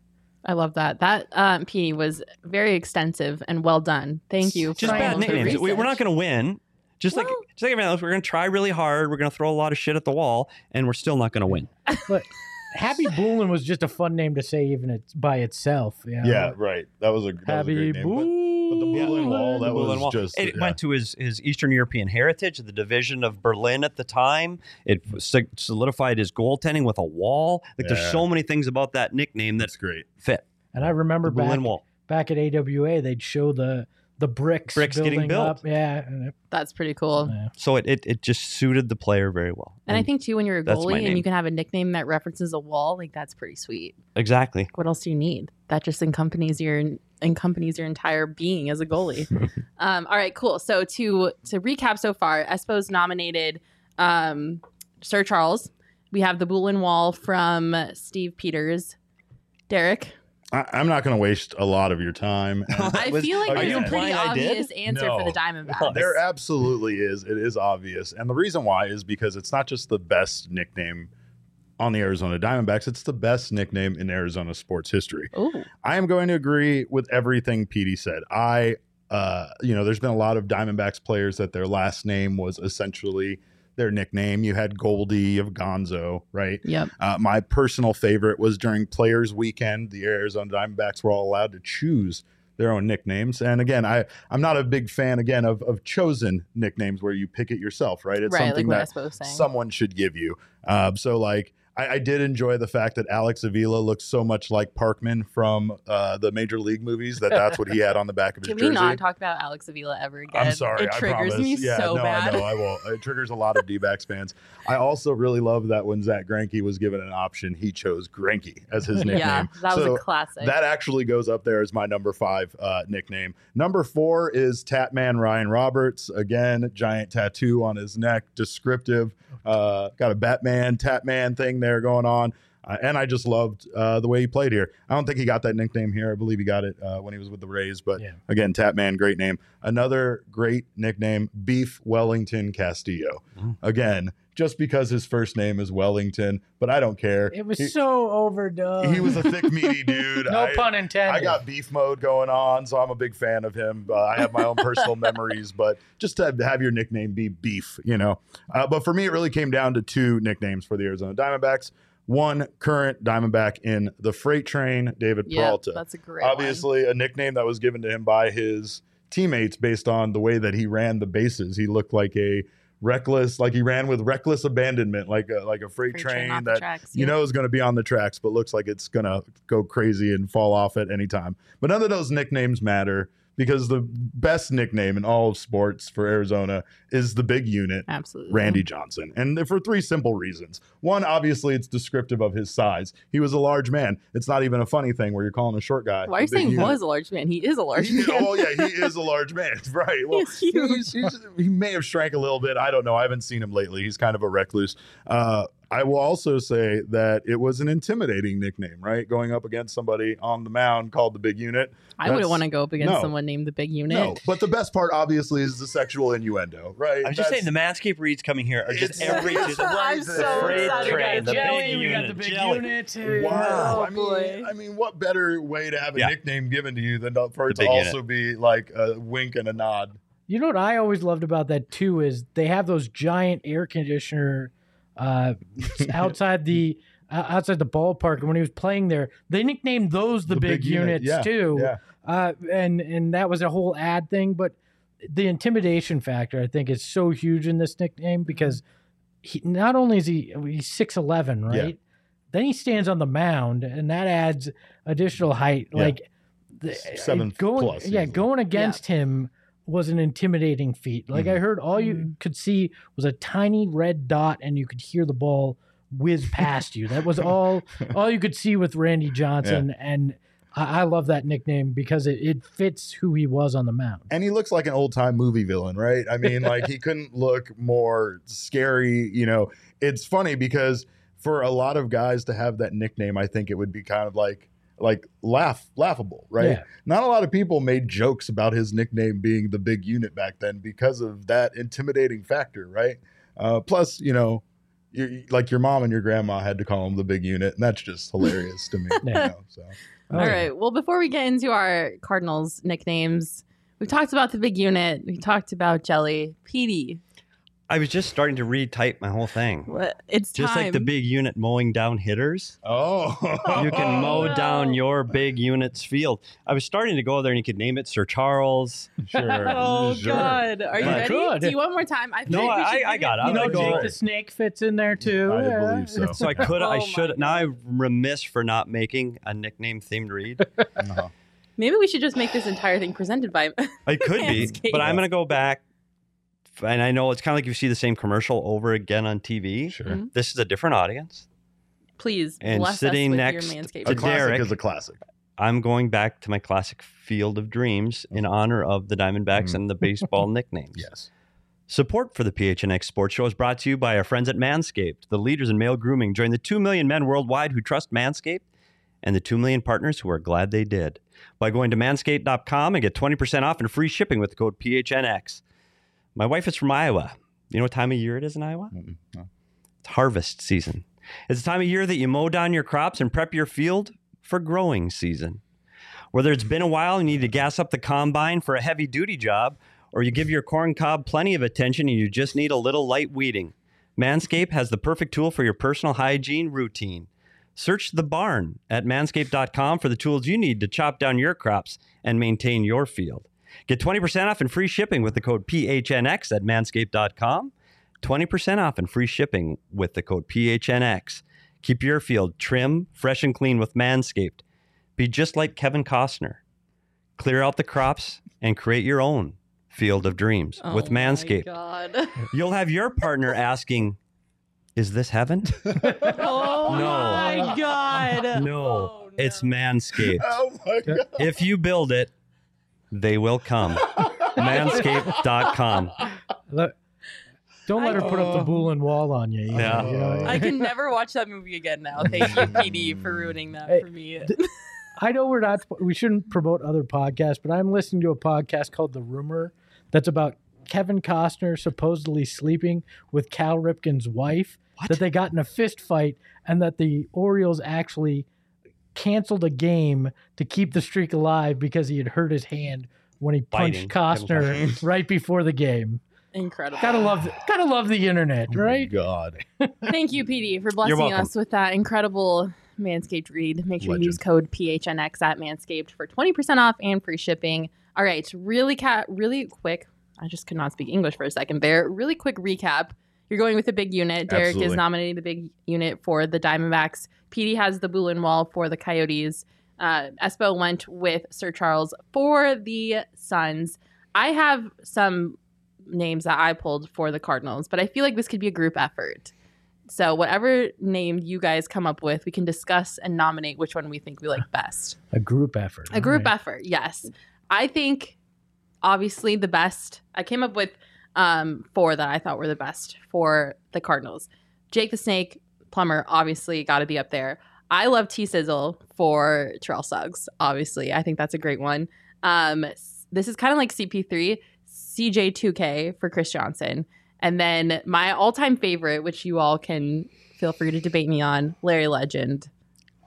[SPEAKER 1] I love that. That um, P was very extensive and well done. Thank you.
[SPEAKER 3] Just
[SPEAKER 1] for all
[SPEAKER 3] bad
[SPEAKER 1] of the
[SPEAKER 3] nicknames. We, we're not
[SPEAKER 1] research.
[SPEAKER 3] going to win. Just like
[SPEAKER 1] Well-
[SPEAKER 3] just like everyone else, we're going to try really hard. We're going to throw a lot of shit at the wall, and we're still not going to win.
[SPEAKER 4] Happy Boolin was just a fun name to say, even it's by itself. You know?
[SPEAKER 2] Yeah, right. That was a that was a
[SPEAKER 4] Happy
[SPEAKER 2] great name. But- but the
[SPEAKER 4] Boolin.
[SPEAKER 2] Berlin Wall, that
[SPEAKER 3] The Berlin
[SPEAKER 2] was
[SPEAKER 3] Wall.
[SPEAKER 2] just
[SPEAKER 3] it
[SPEAKER 2] yeah.
[SPEAKER 3] went to his, his Eastern European heritage, the division of Berlin at the time. It sig- solidified his goaltending with a wall. Like there's
[SPEAKER 2] Yeah.
[SPEAKER 3] so many things about that nickname that
[SPEAKER 2] That's great.
[SPEAKER 3] fit.
[SPEAKER 4] and I remember
[SPEAKER 3] The
[SPEAKER 4] back,
[SPEAKER 3] Berlin Wall.
[SPEAKER 4] back at AWA, they'd show the the bricks,
[SPEAKER 3] Bricks
[SPEAKER 4] building
[SPEAKER 3] getting built.
[SPEAKER 4] Up. Yeah, and it-
[SPEAKER 1] That's pretty cool.
[SPEAKER 4] yeah.
[SPEAKER 3] So it, it it just suited the player very well.
[SPEAKER 1] And I think too, when you're a
[SPEAKER 3] that's my
[SPEAKER 1] goalie and
[SPEAKER 3] name.
[SPEAKER 1] you can have a nickname that references a wall, like that's pretty sweet.
[SPEAKER 3] exactly.
[SPEAKER 1] What else do you need? That just encompanies your encompanies your entire being as a goalie. um, all right, cool. So to to recap so far, Espo's nominated um, Sir Charles. We have the Boolin Wall from Steve Peters, Derek.
[SPEAKER 2] I, I'm not going to waste a lot of your time. And
[SPEAKER 1] I
[SPEAKER 3] Was-
[SPEAKER 1] feel like
[SPEAKER 2] are
[SPEAKER 1] there's
[SPEAKER 2] you
[SPEAKER 1] a pretty
[SPEAKER 3] implying I did?
[SPEAKER 1] obvious answer for
[SPEAKER 2] No.
[SPEAKER 1] the Diamondbacks.
[SPEAKER 2] There absolutely is. It is obvious. And the reason why is because it's not just the best nickname on the Arizona Diamondbacks, it's the best nickname in Arizona sports history.
[SPEAKER 1] Ooh.
[SPEAKER 2] I am going to agree with everything Petey said. I, uh, you know, there's been a lot of Diamondbacks players that their last name was essentially their nickname. You had Goldie of Gonzo, right?
[SPEAKER 1] Yep.
[SPEAKER 2] Uh, my personal favorite was during Players Weekend. The Arizona Diamondbacks were all allowed to choose their own nicknames. And again, I I'm not a big fan again of of chosen nicknames where you pick it yourself, right? It's
[SPEAKER 1] right, like
[SPEAKER 2] something
[SPEAKER 1] what
[SPEAKER 2] that
[SPEAKER 1] Espo was saying.
[SPEAKER 2] someone should give you. Um, so like. I, I did enjoy the fact that Alex Avila looked so much like Parkman from uh, the Major League movies that that's what he had on the back of his
[SPEAKER 1] Can
[SPEAKER 2] jersey.
[SPEAKER 1] we not talk about Alex Avila ever again?
[SPEAKER 2] I'm sorry.
[SPEAKER 1] It
[SPEAKER 2] I
[SPEAKER 1] triggers
[SPEAKER 2] promise.
[SPEAKER 1] me
[SPEAKER 2] yeah,
[SPEAKER 1] so
[SPEAKER 2] no,
[SPEAKER 1] bad.
[SPEAKER 2] I know. I will. It triggers a lot of D-backs fans. I also really love that when Zach Granke was given an option, he chose Granke as his nickname.
[SPEAKER 1] Yeah, that was
[SPEAKER 2] So
[SPEAKER 1] a classic.
[SPEAKER 2] That actually goes up there as my number five uh, nickname. Number four is Tatman Ryan Roberts. Again, giant tattoo on his neck, descriptive. Uh, got a Batman, Tatman thing there going on. Uh, and I just loved uh, the way he played here. I don't think he got that nickname here. I believe he got it uh, when he was with the Rays. But
[SPEAKER 4] Yeah.
[SPEAKER 2] again, Tatman, great name. Another great nickname, Beef Wellington Castillo.
[SPEAKER 3] Mm.
[SPEAKER 2] Again, just because his first name is Wellington, but I don't care.
[SPEAKER 4] It was
[SPEAKER 2] He-
[SPEAKER 4] so overdone.
[SPEAKER 2] he was a thick, meaty dude.
[SPEAKER 4] no
[SPEAKER 2] I-
[SPEAKER 4] pun intended.
[SPEAKER 2] I got beef mode going on, so I'm a big fan of him. Uh, I have my own personal memories, but just to have your nickname be beef, you know. Uh, but for me, it really came down to two nicknames for the Arizona Diamondbacks. One current Diamondback in the freight train, David
[SPEAKER 1] yeah,
[SPEAKER 2] Peralta.
[SPEAKER 1] that's a great one.
[SPEAKER 2] Obviously, a nickname that was given to him by his teammates based on the way that he ran the bases. He looked like a reckless, like he ran with reckless abandonment, like a, like a freight,
[SPEAKER 1] Free
[SPEAKER 2] train,
[SPEAKER 1] off the
[SPEAKER 2] that
[SPEAKER 1] tracks,
[SPEAKER 2] you
[SPEAKER 1] yeah.
[SPEAKER 2] know is going to be on the tracks, but looks like it's going to go crazy and fall off at any time. But none of those nicknames matter because the best nickname in all of sports for Arizona is the big unit.
[SPEAKER 1] absolutely.
[SPEAKER 2] Randy Johnson. And for three simple reasons. One, obviously, it's descriptive of his size. He was a large man. It's not even a funny thing where you're calling a short guy.
[SPEAKER 1] Why are
[SPEAKER 2] a
[SPEAKER 1] you
[SPEAKER 2] big
[SPEAKER 1] saying
[SPEAKER 2] unit.
[SPEAKER 1] was a large man? He is a large
[SPEAKER 2] He-
[SPEAKER 1] man.
[SPEAKER 2] Oh yeah, he is a large man, right? Well,
[SPEAKER 1] He's huge.
[SPEAKER 2] he's- he's- he may have shrank a little bit. I don't know. I haven't seen him lately. He's kind of a recluse. Uh, I will also say that it was an intimidating nickname, right? Going up against somebody on the mound called the Big Unit.
[SPEAKER 1] I wouldn't
[SPEAKER 2] That's-
[SPEAKER 1] want to go up against
[SPEAKER 2] no.
[SPEAKER 1] someone named the Big Unit.
[SPEAKER 2] No, but the best part, obviously, is the sexual innuendo, right?
[SPEAKER 3] I'm just
[SPEAKER 2] That's-
[SPEAKER 3] saying the Manscaped reads coming here are just
[SPEAKER 2] It's-
[SPEAKER 3] every
[SPEAKER 2] it's
[SPEAKER 3] just
[SPEAKER 1] I'm
[SPEAKER 2] the
[SPEAKER 1] so
[SPEAKER 3] freight
[SPEAKER 1] excited.
[SPEAKER 3] train, the
[SPEAKER 4] jelly,
[SPEAKER 3] big
[SPEAKER 4] we got the
[SPEAKER 3] unit,
[SPEAKER 4] big
[SPEAKER 3] jelly.
[SPEAKER 4] unit.
[SPEAKER 2] Wow.
[SPEAKER 1] Oh,
[SPEAKER 2] I mean,
[SPEAKER 1] boy.
[SPEAKER 2] I mean, what better way to have a
[SPEAKER 3] Yeah.
[SPEAKER 2] nickname given to you than to- for it
[SPEAKER 3] The
[SPEAKER 2] to
[SPEAKER 3] big
[SPEAKER 2] also be like a wink and a nod?
[SPEAKER 4] You know what I always loved about that too is they have those giant air conditioner uh, outside the o- outside the ballpark. And when he was playing there, they nicknamed those the, big,
[SPEAKER 2] unit.
[SPEAKER 4] units
[SPEAKER 2] Yeah,
[SPEAKER 4] too.
[SPEAKER 2] Yeah.
[SPEAKER 4] Uh, and and that was a whole ad thing. But the intimidation factor, I think, is so huge in this nickname
[SPEAKER 2] Mm-hmm.
[SPEAKER 4] because he not only is he he's six eleven,
[SPEAKER 2] Yeah.
[SPEAKER 4] right? Then he stands on the mound, and that adds additional height.
[SPEAKER 2] Mm-hmm. Yeah.
[SPEAKER 4] Like the, uh,
[SPEAKER 2] S- seven
[SPEAKER 4] going,
[SPEAKER 2] plus
[SPEAKER 4] yeah,
[SPEAKER 2] easily.
[SPEAKER 4] going against him was an intimidating feat. Like
[SPEAKER 2] Mm-hmm.
[SPEAKER 4] I heard, all you
[SPEAKER 1] Mhm.
[SPEAKER 4] could see was a tiny red dot, and you could hear the ball whiz past you. That was all all you could see with Randy Johnson, and I, I love that nickname because it, it fits who he was on the mound.
[SPEAKER 2] and he looks like an old time movie villain, right? I mean, like he couldn't look more scary. You know, it's funny because for a lot of guys to have that nickname, I think it would be kind of like like laugh laughable, right?
[SPEAKER 4] Yeah.
[SPEAKER 2] Not a lot of people made jokes about his nickname being the big unit back then because of that intimidating factor, right? Uh, plus, you know. you like your mom and your grandma had to call him the big unit, and that's just hilarious to me. you
[SPEAKER 4] Yeah.
[SPEAKER 2] know, so.
[SPEAKER 4] Oh,
[SPEAKER 1] All
[SPEAKER 4] yeah.
[SPEAKER 1] right. Well, before we get into our Cardinals nicknames, we've talked about the big unit. We talked about Jelly. Petey,
[SPEAKER 3] I was just starting to retype my whole thing.
[SPEAKER 1] what- it's time.
[SPEAKER 3] Just like the big unit mowing down hitters,
[SPEAKER 2] Oh,
[SPEAKER 3] you can mow
[SPEAKER 1] Oh, no.
[SPEAKER 3] down your big unit's field. I was starting to go there and you could name it Sir Charles.
[SPEAKER 2] Sure.
[SPEAKER 1] Oh
[SPEAKER 2] sure.
[SPEAKER 1] God! Are you
[SPEAKER 3] Yeah.
[SPEAKER 1] ready?
[SPEAKER 4] Good.
[SPEAKER 1] Do you want more time? I
[SPEAKER 3] No,
[SPEAKER 1] think we
[SPEAKER 3] I-
[SPEAKER 1] should
[SPEAKER 3] I
[SPEAKER 1] give
[SPEAKER 3] got
[SPEAKER 1] you-
[SPEAKER 3] it. I'm
[SPEAKER 4] You know,
[SPEAKER 3] gonna go-
[SPEAKER 4] Jake the Snake fits in there too.
[SPEAKER 2] I
[SPEAKER 4] yeah.
[SPEAKER 2] believe so.
[SPEAKER 3] So I could, I
[SPEAKER 1] Oh my
[SPEAKER 3] should, now I'm remiss for not making a nickname themed read.
[SPEAKER 2] Uh-huh.
[SPEAKER 1] Maybe we should just make this entire thing presented by.
[SPEAKER 3] It could be,
[SPEAKER 1] Landscape.
[SPEAKER 3] but I'm going to go back. And I know it's kind of like you see the same commercial over again on TV.
[SPEAKER 2] Sure.
[SPEAKER 1] Mhm.
[SPEAKER 3] This is a different audience.
[SPEAKER 1] Please
[SPEAKER 3] And
[SPEAKER 1] bless
[SPEAKER 3] sitting
[SPEAKER 1] us with
[SPEAKER 3] next
[SPEAKER 1] your manscaping.
[SPEAKER 3] to
[SPEAKER 2] A classic
[SPEAKER 3] Derek.
[SPEAKER 2] is a classic.
[SPEAKER 3] I'm going back to my classic field of dreams
[SPEAKER 1] Oh.
[SPEAKER 3] in honor of the Diamondbacks
[SPEAKER 1] Mm.
[SPEAKER 2] Mhm.
[SPEAKER 3] and the baseball nicknames.
[SPEAKER 2] Yes.
[SPEAKER 3] Support for the PHNX Sports Show is brought to you by our friends at Manscaped, the leaders in male grooming. Join the 2 million men worldwide who trust Manscaped and the 2 million partners who are glad they did by going to manscaped.com and get 20% off and free shipping with the code PHNX. My wife is from Iowa. You know what time of year it is in Iowa?
[SPEAKER 2] Mm-mm, no.
[SPEAKER 3] It's harvest season. It's the time of year that you mow down your crops and prep your field for growing season. Whether it's been a while and you need to gas up the combine for a heavy duty job, or you give your corn cob plenty of attention and you just need a little light weeding, Manscaped has the perfect tool for your personal hygiene routine. Search the barn at manscaped.com for the tools you need to chop down your crops and maintain your field. Get 20% off and free shipping with the code PHNX at manscaped.com. 20% off and free shipping with the code PHNX. Keep your field trim, fresh, and clean with Manscaped. Be just like Kevin Costner. Clear out the crops and create your own field of dreams
[SPEAKER 1] Oh
[SPEAKER 3] with
[SPEAKER 1] my
[SPEAKER 3] Manscaped.
[SPEAKER 1] God.
[SPEAKER 3] You'll have your partner asking, Is this heaven?
[SPEAKER 1] Oh
[SPEAKER 3] No.
[SPEAKER 1] my God. Oh,
[SPEAKER 3] no, it's Manscaped.
[SPEAKER 2] Oh my god.
[SPEAKER 3] if you build it, they will come. Manscaped.com.
[SPEAKER 4] Look, don't let her put up the Boolin wall on you. either,
[SPEAKER 3] Yeah.
[SPEAKER 4] you know?
[SPEAKER 1] I can never watch that movie again now. Thank you, PD, for ruining that for me.
[SPEAKER 4] I know we're not we shouldn't promote other podcasts, but I'm listening to a podcast called The Rumor that's about Kevin Costner supposedly sleeping with Cal Ripken's wife that they got in a fist fight and that the Orioles actually canceled a game to keep the streak alive because he had hurt his hand when he
[SPEAKER 3] Biting. Kevin
[SPEAKER 4] punched Costner right before the game.
[SPEAKER 1] Incredible.
[SPEAKER 4] Gotta love gotta love the internet, right?
[SPEAKER 2] Oh God.
[SPEAKER 1] Thank you, PD, for blessing
[SPEAKER 3] welcome.
[SPEAKER 1] us with that incredible Manscaped read. Make sure you use code PHNX at Manscaped for 20% off and free shipping. All right, really cat really quick. I just could not speak English for a second there. Really quick recap. You're going with the big unit. Derek is
[SPEAKER 2] Absolutely.
[SPEAKER 1] nominating the big unit for the Diamondbacks. PD has the Boolin Wall for the Coyotes. Uh, Espo went with Sir Charles for the Suns. I have some names that I pulled for the Cardinals, but I feel like this could be a group effort. So whatever name you guys come up with, we can discuss and nominate which one we think we like best.
[SPEAKER 4] A group effort.
[SPEAKER 1] A group
[SPEAKER 4] right.
[SPEAKER 1] effort, yes. I think obviously the best. I came up with um, four that I thought were the best for the Cardinals. Jake the Snake, Plumber, obviously got to be up there. I love T Sizzle for Terrell Suggs. Obviously, I think that's a great one. Um, s- this is kind of like CP3, CJ2K for Chris Johnson, and then my all-time favorite, which you all can feel free to debate me on, Larry Legend.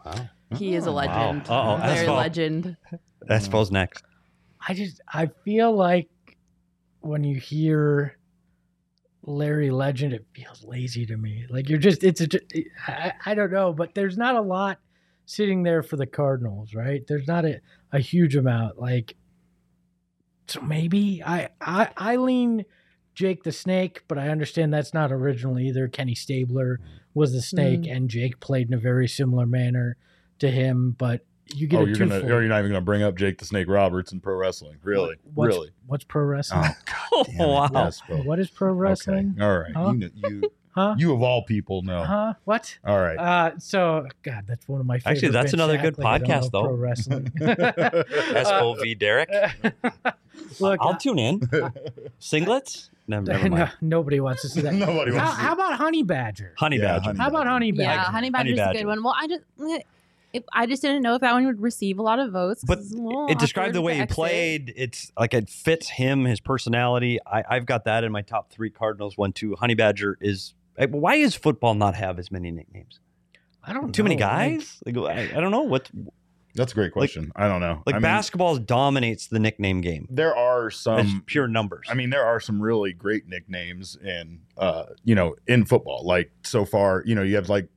[SPEAKER 3] Wow.
[SPEAKER 1] He is a
[SPEAKER 2] Oh,
[SPEAKER 3] wow.
[SPEAKER 1] legend.
[SPEAKER 3] Uh-oh,
[SPEAKER 1] Larry
[SPEAKER 3] Espo.
[SPEAKER 1] Legend.
[SPEAKER 3] That's Fo's next.
[SPEAKER 4] I just I feel like when you hear Larry Legend, it feels lazy to me. Like you're just, it's a, I, I don't know, but there's not a lot sitting there for the Cardinals, right? There's not a, a huge amount. Like, so maybe I, I, I lean Jake the Snake, but I understand that's not original either. Kenny Stabler was the Snake, and Jake played in a very similar manner to him, but you get
[SPEAKER 2] oh,
[SPEAKER 4] a
[SPEAKER 2] you're
[SPEAKER 4] two.
[SPEAKER 2] gonna you're not even gonna bring up Jake the Snake Roberts in pro wrestling, really,
[SPEAKER 4] what's,
[SPEAKER 2] really.
[SPEAKER 4] What's pro wrestling?
[SPEAKER 3] Oh,
[SPEAKER 2] Damn it,
[SPEAKER 3] wow.
[SPEAKER 2] yes, well,
[SPEAKER 4] What is pro wrestling?
[SPEAKER 2] Okay. All right,
[SPEAKER 4] Huh?
[SPEAKER 2] you, kn- you
[SPEAKER 4] Huh?
[SPEAKER 2] you of all people know.
[SPEAKER 4] Huh? What?
[SPEAKER 2] All right,
[SPEAKER 4] Uh, so God, that's one of my favorite
[SPEAKER 3] Actually, that's
[SPEAKER 4] bits,
[SPEAKER 3] another good
[SPEAKER 4] Zach, like, I
[SPEAKER 3] podcast,
[SPEAKER 4] don't know
[SPEAKER 3] though.
[SPEAKER 4] Pro wrestling.
[SPEAKER 3] SOV Derek.
[SPEAKER 4] Uh, Look,
[SPEAKER 3] I'll tune in. Singlets? No, never
[SPEAKER 4] no,
[SPEAKER 3] mind.
[SPEAKER 4] nobody wants to see that.
[SPEAKER 2] nobody
[SPEAKER 4] how,
[SPEAKER 2] wants to.
[SPEAKER 4] how about Honey Badger?
[SPEAKER 3] Honey
[SPEAKER 2] Yeah,
[SPEAKER 3] badger.
[SPEAKER 2] honey-
[SPEAKER 4] How about Honey Badger?
[SPEAKER 1] Yeah, honey badger's is a
[SPEAKER 3] badger.
[SPEAKER 1] good one. Well, I just eh, if, I just didn't know if that one would receive a lot of votes. 'cause
[SPEAKER 3] But
[SPEAKER 1] it's a little
[SPEAKER 3] It described the
[SPEAKER 1] awkward
[SPEAKER 3] way
[SPEAKER 1] to
[SPEAKER 3] he
[SPEAKER 1] exit.
[SPEAKER 3] played. It's like it fits him, his personality. I, I've got that in my top three Cardinals one, two. Honey Badger is. like, Why is football not have as many nicknames?
[SPEAKER 4] I don't
[SPEAKER 3] Too many
[SPEAKER 4] know, like,
[SPEAKER 3] guys? Like, I, I don't know. What
[SPEAKER 2] that's a great question. I don't know.
[SPEAKER 3] like
[SPEAKER 2] I mean,
[SPEAKER 3] basketball dominates the nickname game.
[SPEAKER 2] there are
[SPEAKER 3] It's
[SPEAKER 2] some
[SPEAKER 3] pure numbers.
[SPEAKER 2] Um, I mean, there are some really great nicknames in, uh, you know, in football. Like so far, you know, you have like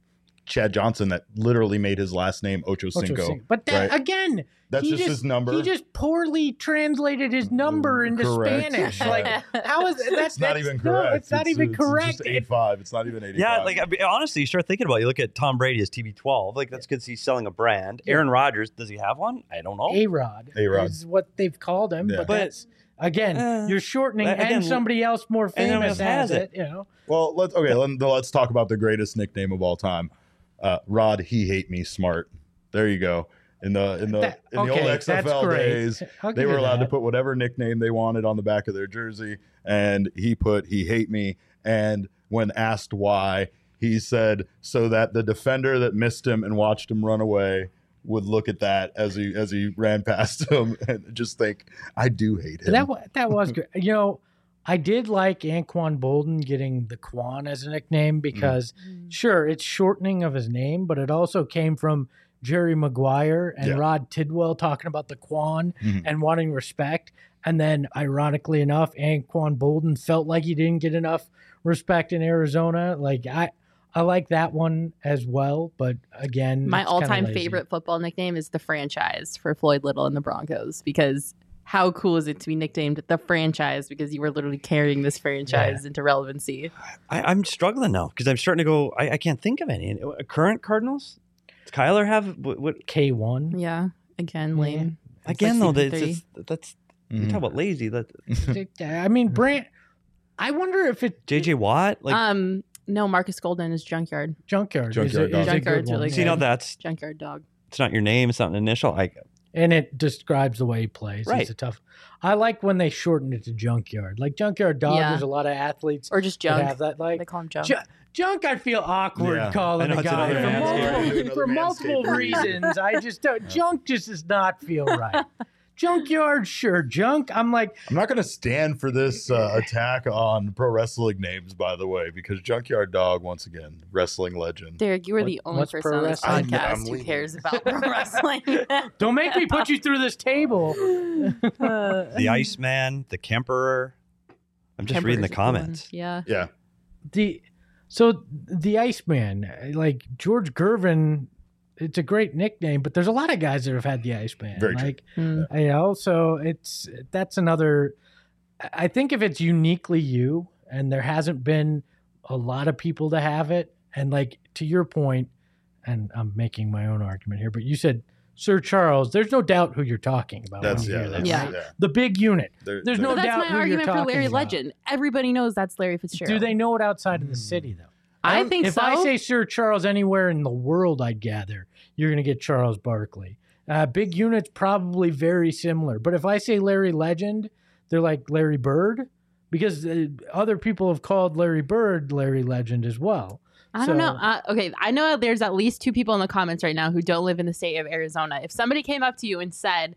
[SPEAKER 2] Chad Johnson that literally made his last name Ocho
[SPEAKER 4] Ocho
[SPEAKER 2] Cinco.
[SPEAKER 4] Cinco. But that,
[SPEAKER 2] right?
[SPEAKER 4] again,
[SPEAKER 2] That's
[SPEAKER 4] he
[SPEAKER 2] just, his number.
[SPEAKER 4] He just poorly translated his number into
[SPEAKER 2] Correct.
[SPEAKER 4] Spanish.
[SPEAKER 2] Yeah.
[SPEAKER 4] Like, how is that?
[SPEAKER 2] it's not
[SPEAKER 4] that's-
[SPEAKER 2] even
[SPEAKER 4] no,
[SPEAKER 2] correct.
[SPEAKER 4] it's not even correct.
[SPEAKER 2] It's just eight five. It's not even eighty five.
[SPEAKER 3] yeah,
[SPEAKER 4] uh,
[SPEAKER 3] like I mean, honestly, you start thinking about it. You look at Tom Brady as TB12. Like that's because he's selling a brand.
[SPEAKER 4] Yeah.
[SPEAKER 3] Aaron Rodgers, does he have one? I don't know.
[SPEAKER 4] A Rod
[SPEAKER 2] A-Rod.
[SPEAKER 4] is what they've called him.
[SPEAKER 2] Yeah.
[SPEAKER 4] But,
[SPEAKER 3] But-
[SPEAKER 4] that's, again,
[SPEAKER 3] Uh,
[SPEAKER 4] you're shortening,
[SPEAKER 3] a- again,
[SPEAKER 4] and somebody else more
[SPEAKER 3] and everyone
[SPEAKER 4] famous
[SPEAKER 3] else
[SPEAKER 4] has
[SPEAKER 3] has
[SPEAKER 4] it. You know,
[SPEAKER 2] well, let's okay. Let, let's talk about the greatest nickname of all time. Uh, Rod, he hate me smart. There you go. In the in the
[SPEAKER 4] That-
[SPEAKER 2] in the old
[SPEAKER 4] okay, that's
[SPEAKER 2] XFL
[SPEAKER 4] great.
[SPEAKER 2] days,
[SPEAKER 4] I'll
[SPEAKER 2] they
[SPEAKER 4] give
[SPEAKER 2] were
[SPEAKER 4] you
[SPEAKER 2] allowed to
[SPEAKER 4] that.
[SPEAKER 2] put whatever nickname they wanted on the back of their jersey and he put he hate me and when asked why he said so that the defender that missed him and watched him run away would look at that as he as he ran past him and just think i do hate him
[SPEAKER 4] That wa- that was good. You know, I did like Anquan Bolden getting the Quan as a
[SPEAKER 2] Mm.
[SPEAKER 4] nickname because
[SPEAKER 1] Mm.
[SPEAKER 4] sure, it's shortening of his name, but it also came from Jerry Maguire and
[SPEAKER 2] Yeah.
[SPEAKER 4] Rod Tidwell talking about the Quan
[SPEAKER 2] Mhm.
[SPEAKER 4] and wanting respect. And then ironically enough, Anquan Bolden felt like he didn't get enough respect in Arizona. Like I I like that one as well, but again,
[SPEAKER 1] My
[SPEAKER 4] it's kinda
[SPEAKER 1] all-time
[SPEAKER 4] lazy.
[SPEAKER 1] favorite football nickname is the franchise for Floyd Little and the Broncos because how cool is it to be nicknamed the franchise because you were literally carrying this franchise into relevancy.
[SPEAKER 3] I, I'm struggling now because I'm starting to go. I, I can't think of any Uh, current Cardinals. Does Kyler have what? what
[SPEAKER 4] K1.
[SPEAKER 1] Yeah, again,
[SPEAKER 4] Yeah.
[SPEAKER 1] lame.
[SPEAKER 3] again though,
[SPEAKER 1] like
[SPEAKER 3] that's,
[SPEAKER 1] CP3.
[SPEAKER 3] that's, that's
[SPEAKER 4] Mm-hmm.
[SPEAKER 3] you
[SPEAKER 2] Mm-hmm.
[SPEAKER 3] talk about lazy. That
[SPEAKER 4] I mean, Brant I wonder if it
[SPEAKER 3] JJ Watt. Like,
[SPEAKER 1] um, no, Marcus Golden is junkyard,
[SPEAKER 4] Junkyard. is
[SPEAKER 2] Junkyard
[SPEAKER 4] a- is a
[SPEAKER 1] dog.
[SPEAKER 4] good
[SPEAKER 1] Junkyard's
[SPEAKER 4] one,
[SPEAKER 1] really
[SPEAKER 3] so you
[SPEAKER 1] yeah.
[SPEAKER 3] know that's
[SPEAKER 1] junkyard dog.
[SPEAKER 3] it's not your name. It's not an initial. I
[SPEAKER 4] And it describes the way he plays.
[SPEAKER 3] Right.
[SPEAKER 4] It's a tough. I like when they shorten it to junkyard. Like junkyard dog.
[SPEAKER 1] Yeah.
[SPEAKER 4] There's a lot of athletes
[SPEAKER 1] Or just
[SPEAKER 4] that
[SPEAKER 1] junk.
[SPEAKER 4] have that.
[SPEAKER 1] They
[SPEAKER 4] Like
[SPEAKER 1] call him junk.
[SPEAKER 4] Ju- junk, I feel awkward
[SPEAKER 2] Yeah.
[SPEAKER 3] I
[SPEAKER 4] calling
[SPEAKER 3] know,
[SPEAKER 4] a
[SPEAKER 3] it's
[SPEAKER 4] guy
[SPEAKER 3] another
[SPEAKER 4] for
[SPEAKER 3] manscape.
[SPEAKER 4] multiple,
[SPEAKER 2] Another
[SPEAKER 4] for
[SPEAKER 2] manscape
[SPEAKER 4] multiple
[SPEAKER 2] reason.
[SPEAKER 4] reasons. I just don't.
[SPEAKER 2] Yeah.
[SPEAKER 4] Junk just does not feel right. junkyard, sure. Junk. I'm like
[SPEAKER 2] i'm not going to stand for this uh, attack on pro wrestling names by the way because junkyard dog once again wrestling legend
[SPEAKER 1] Derek, you are
[SPEAKER 4] What-
[SPEAKER 1] the only
[SPEAKER 4] what's pro
[SPEAKER 1] person on this
[SPEAKER 2] I'm-
[SPEAKER 4] wrestling?
[SPEAKER 2] I'm
[SPEAKER 1] podcast who
[SPEAKER 2] leaving.
[SPEAKER 1] cares about pro wrestling.
[SPEAKER 4] Don't make me put you through this table. Uh,
[SPEAKER 3] the Iceman, the Kemperer. I'm just reading the comments.
[SPEAKER 1] Yeah.
[SPEAKER 2] yeah
[SPEAKER 4] the so the Iceman, like George Gervin, it's a great nickname, but there's a lot of guys that have had the Iceman.
[SPEAKER 2] Very true.
[SPEAKER 4] like you know, so it's that's another I- I think if it's uniquely you and there hasn't been a lot of people to have it, and like to your point, and I'm making my own argument here, but you said Sir Charles, there's no doubt who you're talking about. when
[SPEAKER 2] that's
[SPEAKER 4] you
[SPEAKER 2] yeah
[SPEAKER 4] hear that,
[SPEAKER 2] that's,
[SPEAKER 1] Yeah.
[SPEAKER 4] right? The big unit.
[SPEAKER 2] There-
[SPEAKER 4] There's
[SPEAKER 2] there-
[SPEAKER 4] no
[SPEAKER 1] But
[SPEAKER 4] doubt
[SPEAKER 1] that's
[SPEAKER 4] who
[SPEAKER 1] my
[SPEAKER 4] you're
[SPEAKER 1] argument for
[SPEAKER 4] talking
[SPEAKER 1] Larry
[SPEAKER 4] about.
[SPEAKER 1] Legend. Everybody knows that's Larry Fitzgerald.
[SPEAKER 4] Do they know it outside of
[SPEAKER 3] Hmm.
[SPEAKER 4] the city though?
[SPEAKER 1] I
[SPEAKER 4] don't-
[SPEAKER 1] think
[SPEAKER 4] if
[SPEAKER 1] so.
[SPEAKER 4] I say Sir Charles anywhere in the world, I'd gather you're going to get Charles Barkley. Uh, big units probably very similar, but if I say Larry Legend, they're like Larry Bird because uh, other people have called Larry Bird Larry Legend as well.
[SPEAKER 1] I don't know.
[SPEAKER 4] So-
[SPEAKER 1] Uh, okay, I know there's at least two people in the comments right now who don't live in the state of Arizona. If somebody came up to you and said,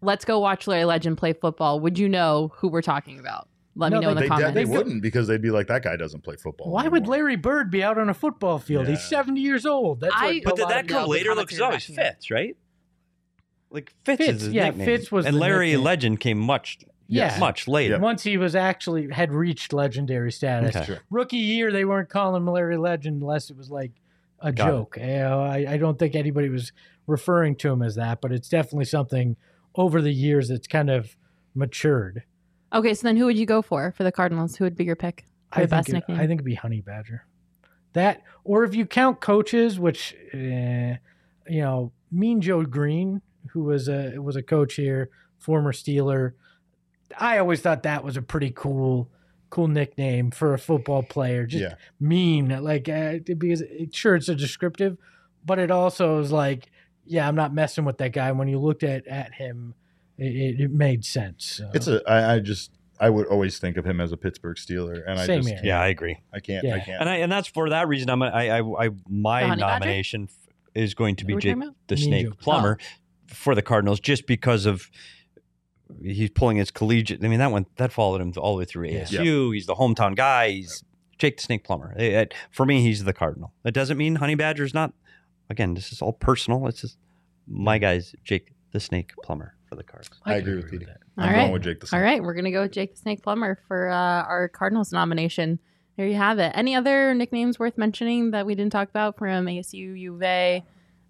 [SPEAKER 1] "Let's go watch Larry Legend play football," would you know who we're talking about? Let
[SPEAKER 4] No,
[SPEAKER 1] me know in the
[SPEAKER 2] they, de-
[SPEAKER 1] comments.
[SPEAKER 2] they wouldn't because they'd be like that guy doesn't play football
[SPEAKER 4] Why would
[SPEAKER 2] anymore."
[SPEAKER 4] Larry Bird be out on a football field? He's
[SPEAKER 2] Yeah.
[SPEAKER 4] 70 years old. That's what
[SPEAKER 1] I-
[SPEAKER 4] a
[SPEAKER 3] But did
[SPEAKER 4] lot
[SPEAKER 3] that
[SPEAKER 4] of
[SPEAKER 1] go
[SPEAKER 3] come
[SPEAKER 4] guys-
[SPEAKER 1] people-
[SPEAKER 3] later though?
[SPEAKER 1] Comments
[SPEAKER 3] Because
[SPEAKER 1] are
[SPEAKER 3] always
[SPEAKER 1] backing up.
[SPEAKER 3] Fitz, right? Like Fitz,
[SPEAKER 4] Fitz,
[SPEAKER 3] is his
[SPEAKER 4] yeah,
[SPEAKER 3] nickname.
[SPEAKER 4] Fitz was
[SPEAKER 3] and
[SPEAKER 4] the
[SPEAKER 3] Larry
[SPEAKER 4] nickname.
[SPEAKER 3] Legend came much
[SPEAKER 2] Yes.
[SPEAKER 3] Much later.
[SPEAKER 4] Once he was actually had reached legendary status.
[SPEAKER 3] Okay.
[SPEAKER 2] Sure.
[SPEAKER 4] Rookie year, they weren't calling him Larry Legend unless it was like a
[SPEAKER 3] Got it.
[SPEAKER 4] joke. You know, I, I don't think anybody was referring to him as that, but it's definitely something over the years that's kind of matured.
[SPEAKER 1] Okay, so then who would you go for for the Cardinals? Who would be your pick? for
[SPEAKER 4] I
[SPEAKER 1] the best
[SPEAKER 4] think it,
[SPEAKER 1] nickname?
[SPEAKER 4] I think it'd be Honey Badger. That, or if you count coaches, which eh, you know, Mean Joe Green, who was a was a coach here, former Steeler. I always thought that was a pretty cool cool nickname for a football player. Just
[SPEAKER 2] Yeah.
[SPEAKER 4] mean, like uh, because it, sure it's a descriptive, but it also is like, yeah, I'm not messing with that guy. When you looked at at him, it, it, it made sense. So,
[SPEAKER 2] It's a. I, I just. I would always think of him as a Pittsburgh Steeler, and I
[SPEAKER 4] Same
[SPEAKER 2] just.
[SPEAKER 4] here.
[SPEAKER 3] Yeah, I agree.
[SPEAKER 2] I can't. I
[SPEAKER 4] Yeah.
[SPEAKER 2] can't.
[SPEAKER 3] And I and that's for that reason. I'm a, I, I I
[SPEAKER 1] The
[SPEAKER 3] my
[SPEAKER 1] Honey Badger?
[SPEAKER 3] nomination f is going to be
[SPEAKER 1] Who would you
[SPEAKER 3] Jake
[SPEAKER 1] remove?
[SPEAKER 3] the
[SPEAKER 4] Me
[SPEAKER 3] Snake
[SPEAKER 4] too.
[SPEAKER 3] Plumber for the Cardinals, just because of he's pulling his collegiate. I mean, that one that followed him all the way through
[SPEAKER 4] Yeah.
[SPEAKER 3] ASU. He's the hometown guy. He's Jake the Snake Plumber. Eh, eh, for me, he's the Cardinal. That doesn't mean Honey Badger's not. Again, this is all personal. It's just my guy's Jake the Snake Plumber for the Cardinals.
[SPEAKER 2] I
[SPEAKER 4] can
[SPEAKER 2] agree with you.
[SPEAKER 4] that.
[SPEAKER 1] All
[SPEAKER 2] I'm going
[SPEAKER 1] right.
[SPEAKER 2] with Jake the
[SPEAKER 1] All
[SPEAKER 2] Snake.
[SPEAKER 1] right, we're gonna go with Jake the Snake Plumber for uh, our Cardinals nomination. There you have it. Any other nicknames worth mentioning that we didn't talk about from ASU, UVA,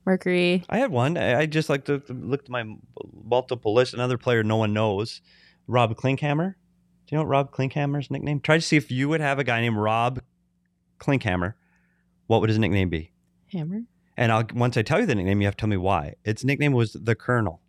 [SPEAKER 1] Mercury?
[SPEAKER 3] I had one. I, I just like to to look at my m- multiple list. Another player no one knows, Rob Klinkhammer. Do you know what Rob Klinkhammer's nickname? Try to see if you would have a guy named Rob Klinkhammer. What would his nickname be?
[SPEAKER 1] Hammer.
[SPEAKER 3] And I'll once I tell you the nickname, you have to tell me why. Its nickname was the Colonel.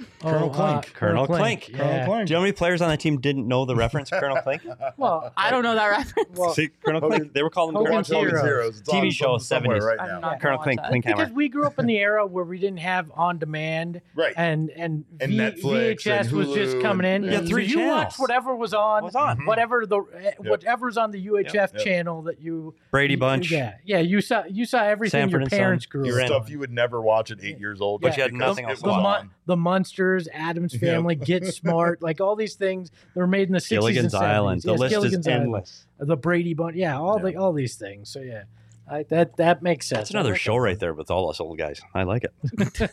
[SPEAKER 4] Oh,
[SPEAKER 2] Colonel Clank.
[SPEAKER 3] Colonel Clank.
[SPEAKER 2] Colonel
[SPEAKER 4] uh, yeah.
[SPEAKER 3] Do
[SPEAKER 2] Clank.
[SPEAKER 3] you know how many players on that team didn't know the reference Colonel Klink?
[SPEAKER 4] Well,
[SPEAKER 1] I don't know that reference.
[SPEAKER 4] Well,
[SPEAKER 3] See, Colonel
[SPEAKER 2] Hogan-
[SPEAKER 3] Klink. They were calling him
[SPEAKER 4] Hogan's
[SPEAKER 3] Colonel.
[SPEAKER 2] Watch Hogan's
[SPEAKER 4] Heroes.
[SPEAKER 2] Heroes. It's
[SPEAKER 3] TV
[SPEAKER 2] on
[SPEAKER 3] show,
[SPEAKER 2] somewhere
[SPEAKER 3] 70s.
[SPEAKER 2] right
[SPEAKER 1] I'm
[SPEAKER 2] now.
[SPEAKER 1] not
[SPEAKER 3] Colonel
[SPEAKER 1] gonna
[SPEAKER 3] Klink,
[SPEAKER 1] watch that.
[SPEAKER 3] Klink.
[SPEAKER 4] because
[SPEAKER 3] Hammer.
[SPEAKER 4] we grew up in the era where we didn't have on demand
[SPEAKER 2] Right.
[SPEAKER 4] and and,
[SPEAKER 2] And
[SPEAKER 4] V-
[SPEAKER 2] Netflix
[SPEAKER 4] VHS
[SPEAKER 2] and
[SPEAKER 4] was just
[SPEAKER 2] Hulu
[SPEAKER 4] coming in.
[SPEAKER 2] and-
[SPEAKER 3] Yeah, three
[SPEAKER 4] you
[SPEAKER 3] channels.
[SPEAKER 4] watched whatever was on,
[SPEAKER 3] Was on. Mhm.
[SPEAKER 4] whatever the eh, whatever's on the UHF
[SPEAKER 2] Mm-hmm. Yep.
[SPEAKER 4] channel that you
[SPEAKER 3] Brady
[SPEAKER 4] you-
[SPEAKER 3] Bunch.
[SPEAKER 4] Yeah, yeah. You saw you saw everything
[SPEAKER 3] Sanford
[SPEAKER 4] your
[SPEAKER 3] and Son.
[SPEAKER 4] parents grew
[SPEAKER 3] You're
[SPEAKER 4] up.
[SPEAKER 3] in.
[SPEAKER 4] on.
[SPEAKER 2] Stuff you would never watch at eight years old.
[SPEAKER 4] But
[SPEAKER 3] you had
[SPEAKER 2] because
[SPEAKER 3] nothing
[SPEAKER 2] it
[SPEAKER 3] else to
[SPEAKER 4] the,
[SPEAKER 2] was
[SPEAKER 3] watch.
[SPEAKER 4] Mon-
[SPEAKER 2] on.
[SPEAKER 4] the Munsters, Adam's
[SPEAKER 2] Yep.
[SPEAKER 4] Family, Get Smart, like all these things that were made in the sixties.
[SPEAKER 3] Gilligan's
[SPEAKER 4] and 70s.
[SPEAKER 3] Island. The
[SPEAKER 4] Yes,
[SPEAKER 3] list
[SPEAKER 4] Gilligan's
[SPEAKER 3] is
[SPEAKER 4] Island,
[SPEAKER 3] endless.
[SPEAKER 4] The Brady Bunch. Yeah, all the all these things. So yeah, I, that that makes sense.
[SPEAKER 3] That's another
[SPEAKER 4] I
[SPEAKER 3] show right there with all us old guys. I like it.
[SPEAKER 1] I'm just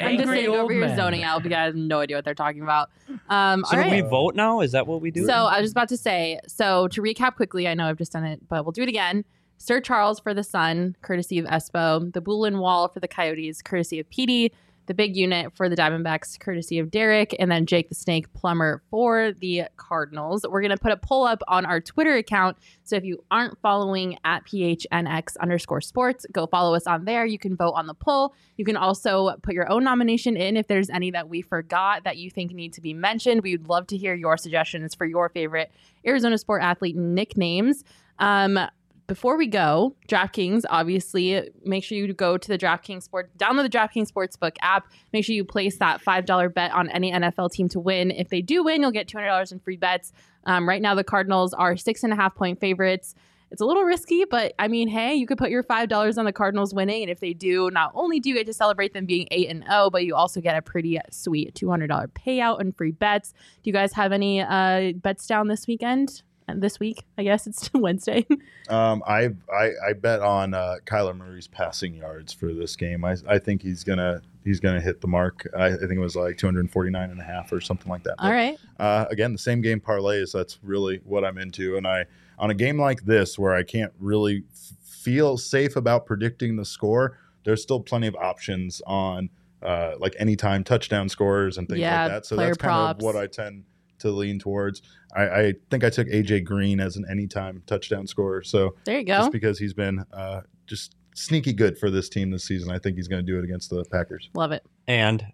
[SPEAKER 4] Angry
[SPEAKER 1] sitting
[SPEAKER 4] old
[SPEAKER 1] over here
[SPEAKER 4] man.
[SPEAKER 1] zoning out because I have no idea what they're talking about. Um,
[SPEAKER 3] So
[SPEAKER 1] all
[SPEAKER 3] do
[SPEAKER 1] right.
[SPEAKER 3] we vote now? Is that what we do?
[SPEAKER 1] So I was just about to say. So to recap quickly, I know I've just done it, but we'll do it again. Sir Charles for the Sun, courtesy of Espo. The Boolin Wall for the Coyotes, courtesy of Petey. The Big Unit for the Diamondbacks, courtesy of Derek, and then Jake the Snake Plumber for the Cardinals. We're gonna put a poll up on our Twitter account. So if you aren't following at PHNX underscore sports, go follow us on there. You can vote on the poll. You can also put your own nomination in if there's any that we forgot that you think need to be mentioned. We would love to hear your suggestions for your favorite Arizona sport athlete nicknames. Um, before we go, DraftKings, obviously, make sure you go to the DraftKings Sports, download the DraftKings Sportsbook app. Make sure you place that $5 bet on any NFL team to win. If they do win, you'll get $200 in free bets. Um, right now, the Cardinals are six and a half point favorites. It's a little risky, but I mean, hey, you could put your $5 on the Cardinals winning. And if they do, not only do you get to celebrate them being 8 and 0, but you also get a pretty sweet $200 payout and free bets. Do you guys have any uh, bets down this weekend? Uh, This week, I guess it's Wednesday.
[SPEAKER 2] Um, I, I I bet on uh, Kyler Murray's passing yards for this game. I, I think he's gonna he's gonna hit the mark. I, I think it was like 249 and a half or something like that.
[SPEAKER 1] All right.
[SPEAKER 2] Uh, again, the same game parlays. That's really what I'm into. And I on a game like this where I can't really f- feel safe about predicting the score. There's still plenty of options on uh, like anytime touchdown scores and things
[SPEAKER 1] Yeah,
[SPEAKER 2] like that. So
[SPEAKER 1] player
[SPEAKER 2] that's kind
[SPEAKER 1] props.
[SPEAKER 2] of what I tend to lean towards. I, I think I took AJ Green as an anytime touchdown scorer. So
[SPEAKER 1] There you
[SPEAKER 2] just
[SPEAKER 1] go.
[SPEAKER 2] because he's been uh, just sneaky good for this team this season. I think he's going to do it against the Packers.
[SPEAKER 1] Love it.
[SPEAKER 3] and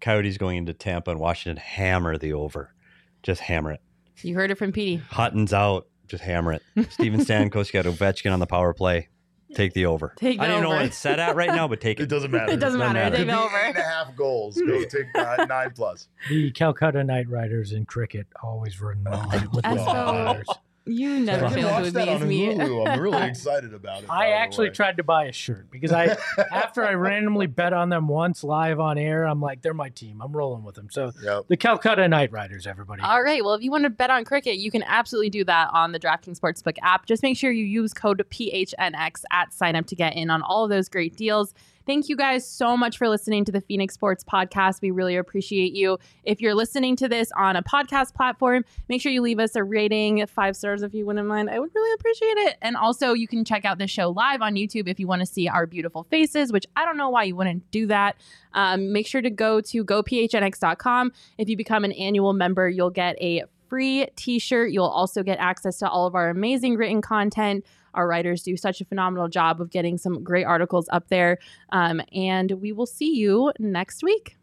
[SPEAKER 3] Coyotes going into Tampa and Washington hammer the over. Just hammer it.
[SPEAKER 1] You heard it from Petey.
[SPEAKER 3] Hutton's out. Just hammer it. Steven Stamkos got Ovechkin on the power play. Take the over.
[SPEAKER 1] Take the
[SPEAKER 3] I don't know
[SPEAKER 1] over.
[SPEAKER 3] what it's set at right now, but take it.
[SPEAKER 2] doesn't matter.
[SPEAKER 1] It doesn't
[SPEAKER 3] Doesn't
[SPEAKER 1] matter.
[SPEAKER 3] matter.
[SPEAKER 1] Take
[SPEAKER 2] Could be
[SPEAKER 1] it over.
[SPEAKER 2] eight and a half goals. Go take uh, nine plus.
[SPEAKER 4] The Calcutta Knight Riders in cricket always run wild with the
[SPEAKER 1] Espo.
[SPEAKER 4] Riders.
[SPEAKER 1] You never
[SPEAKER 2] I can
[SPEAKER 1] fail to
[SPEAKER 2] watch that on
[SPEAKER 1] amaze me.
[SPEAKER 2] Hulu. I'm really excited about it. by
[SPEAKER 4] I
[SPEAKER 2] the
[SPEAKER 4] actually
[SPEAKER 2] way.
[SPEAKER 4] tried to buy a shirt because I, after I randomly bet on them once live on air, I'm like, they're my team. I'm rolling with them. So
[SPEAKER 2] Yep.
[SPEAKER 4] the Calcutta Knight Riders, everybody.
[SPEAKER 1] All right. Well, if you want to bet on cricket, you can absolutely do that on the DraftKings Sportsbook app. Just make sure you use code PHNX at sign up to get in on all of those great deals. Thank you guys so much for listening to the Phoenix Sports Podcast. We really appreciate you. If you're listening to this on a podcast platform, make sure you leave us a rating, five stars if you wouldn't mind. I would really appreciate it. And also, you can check out the show live on YouTube if you want to see our beautiful faces, which I don't know why you wouldn't do that. Um, make sure to go to gophnx.com. If you become an annual member, you'll get a free t shirt. You'll also get access to all of our amazing written content. Our writers do such a phenomenal job of getting some great articles up there. Um, and we will see you next week.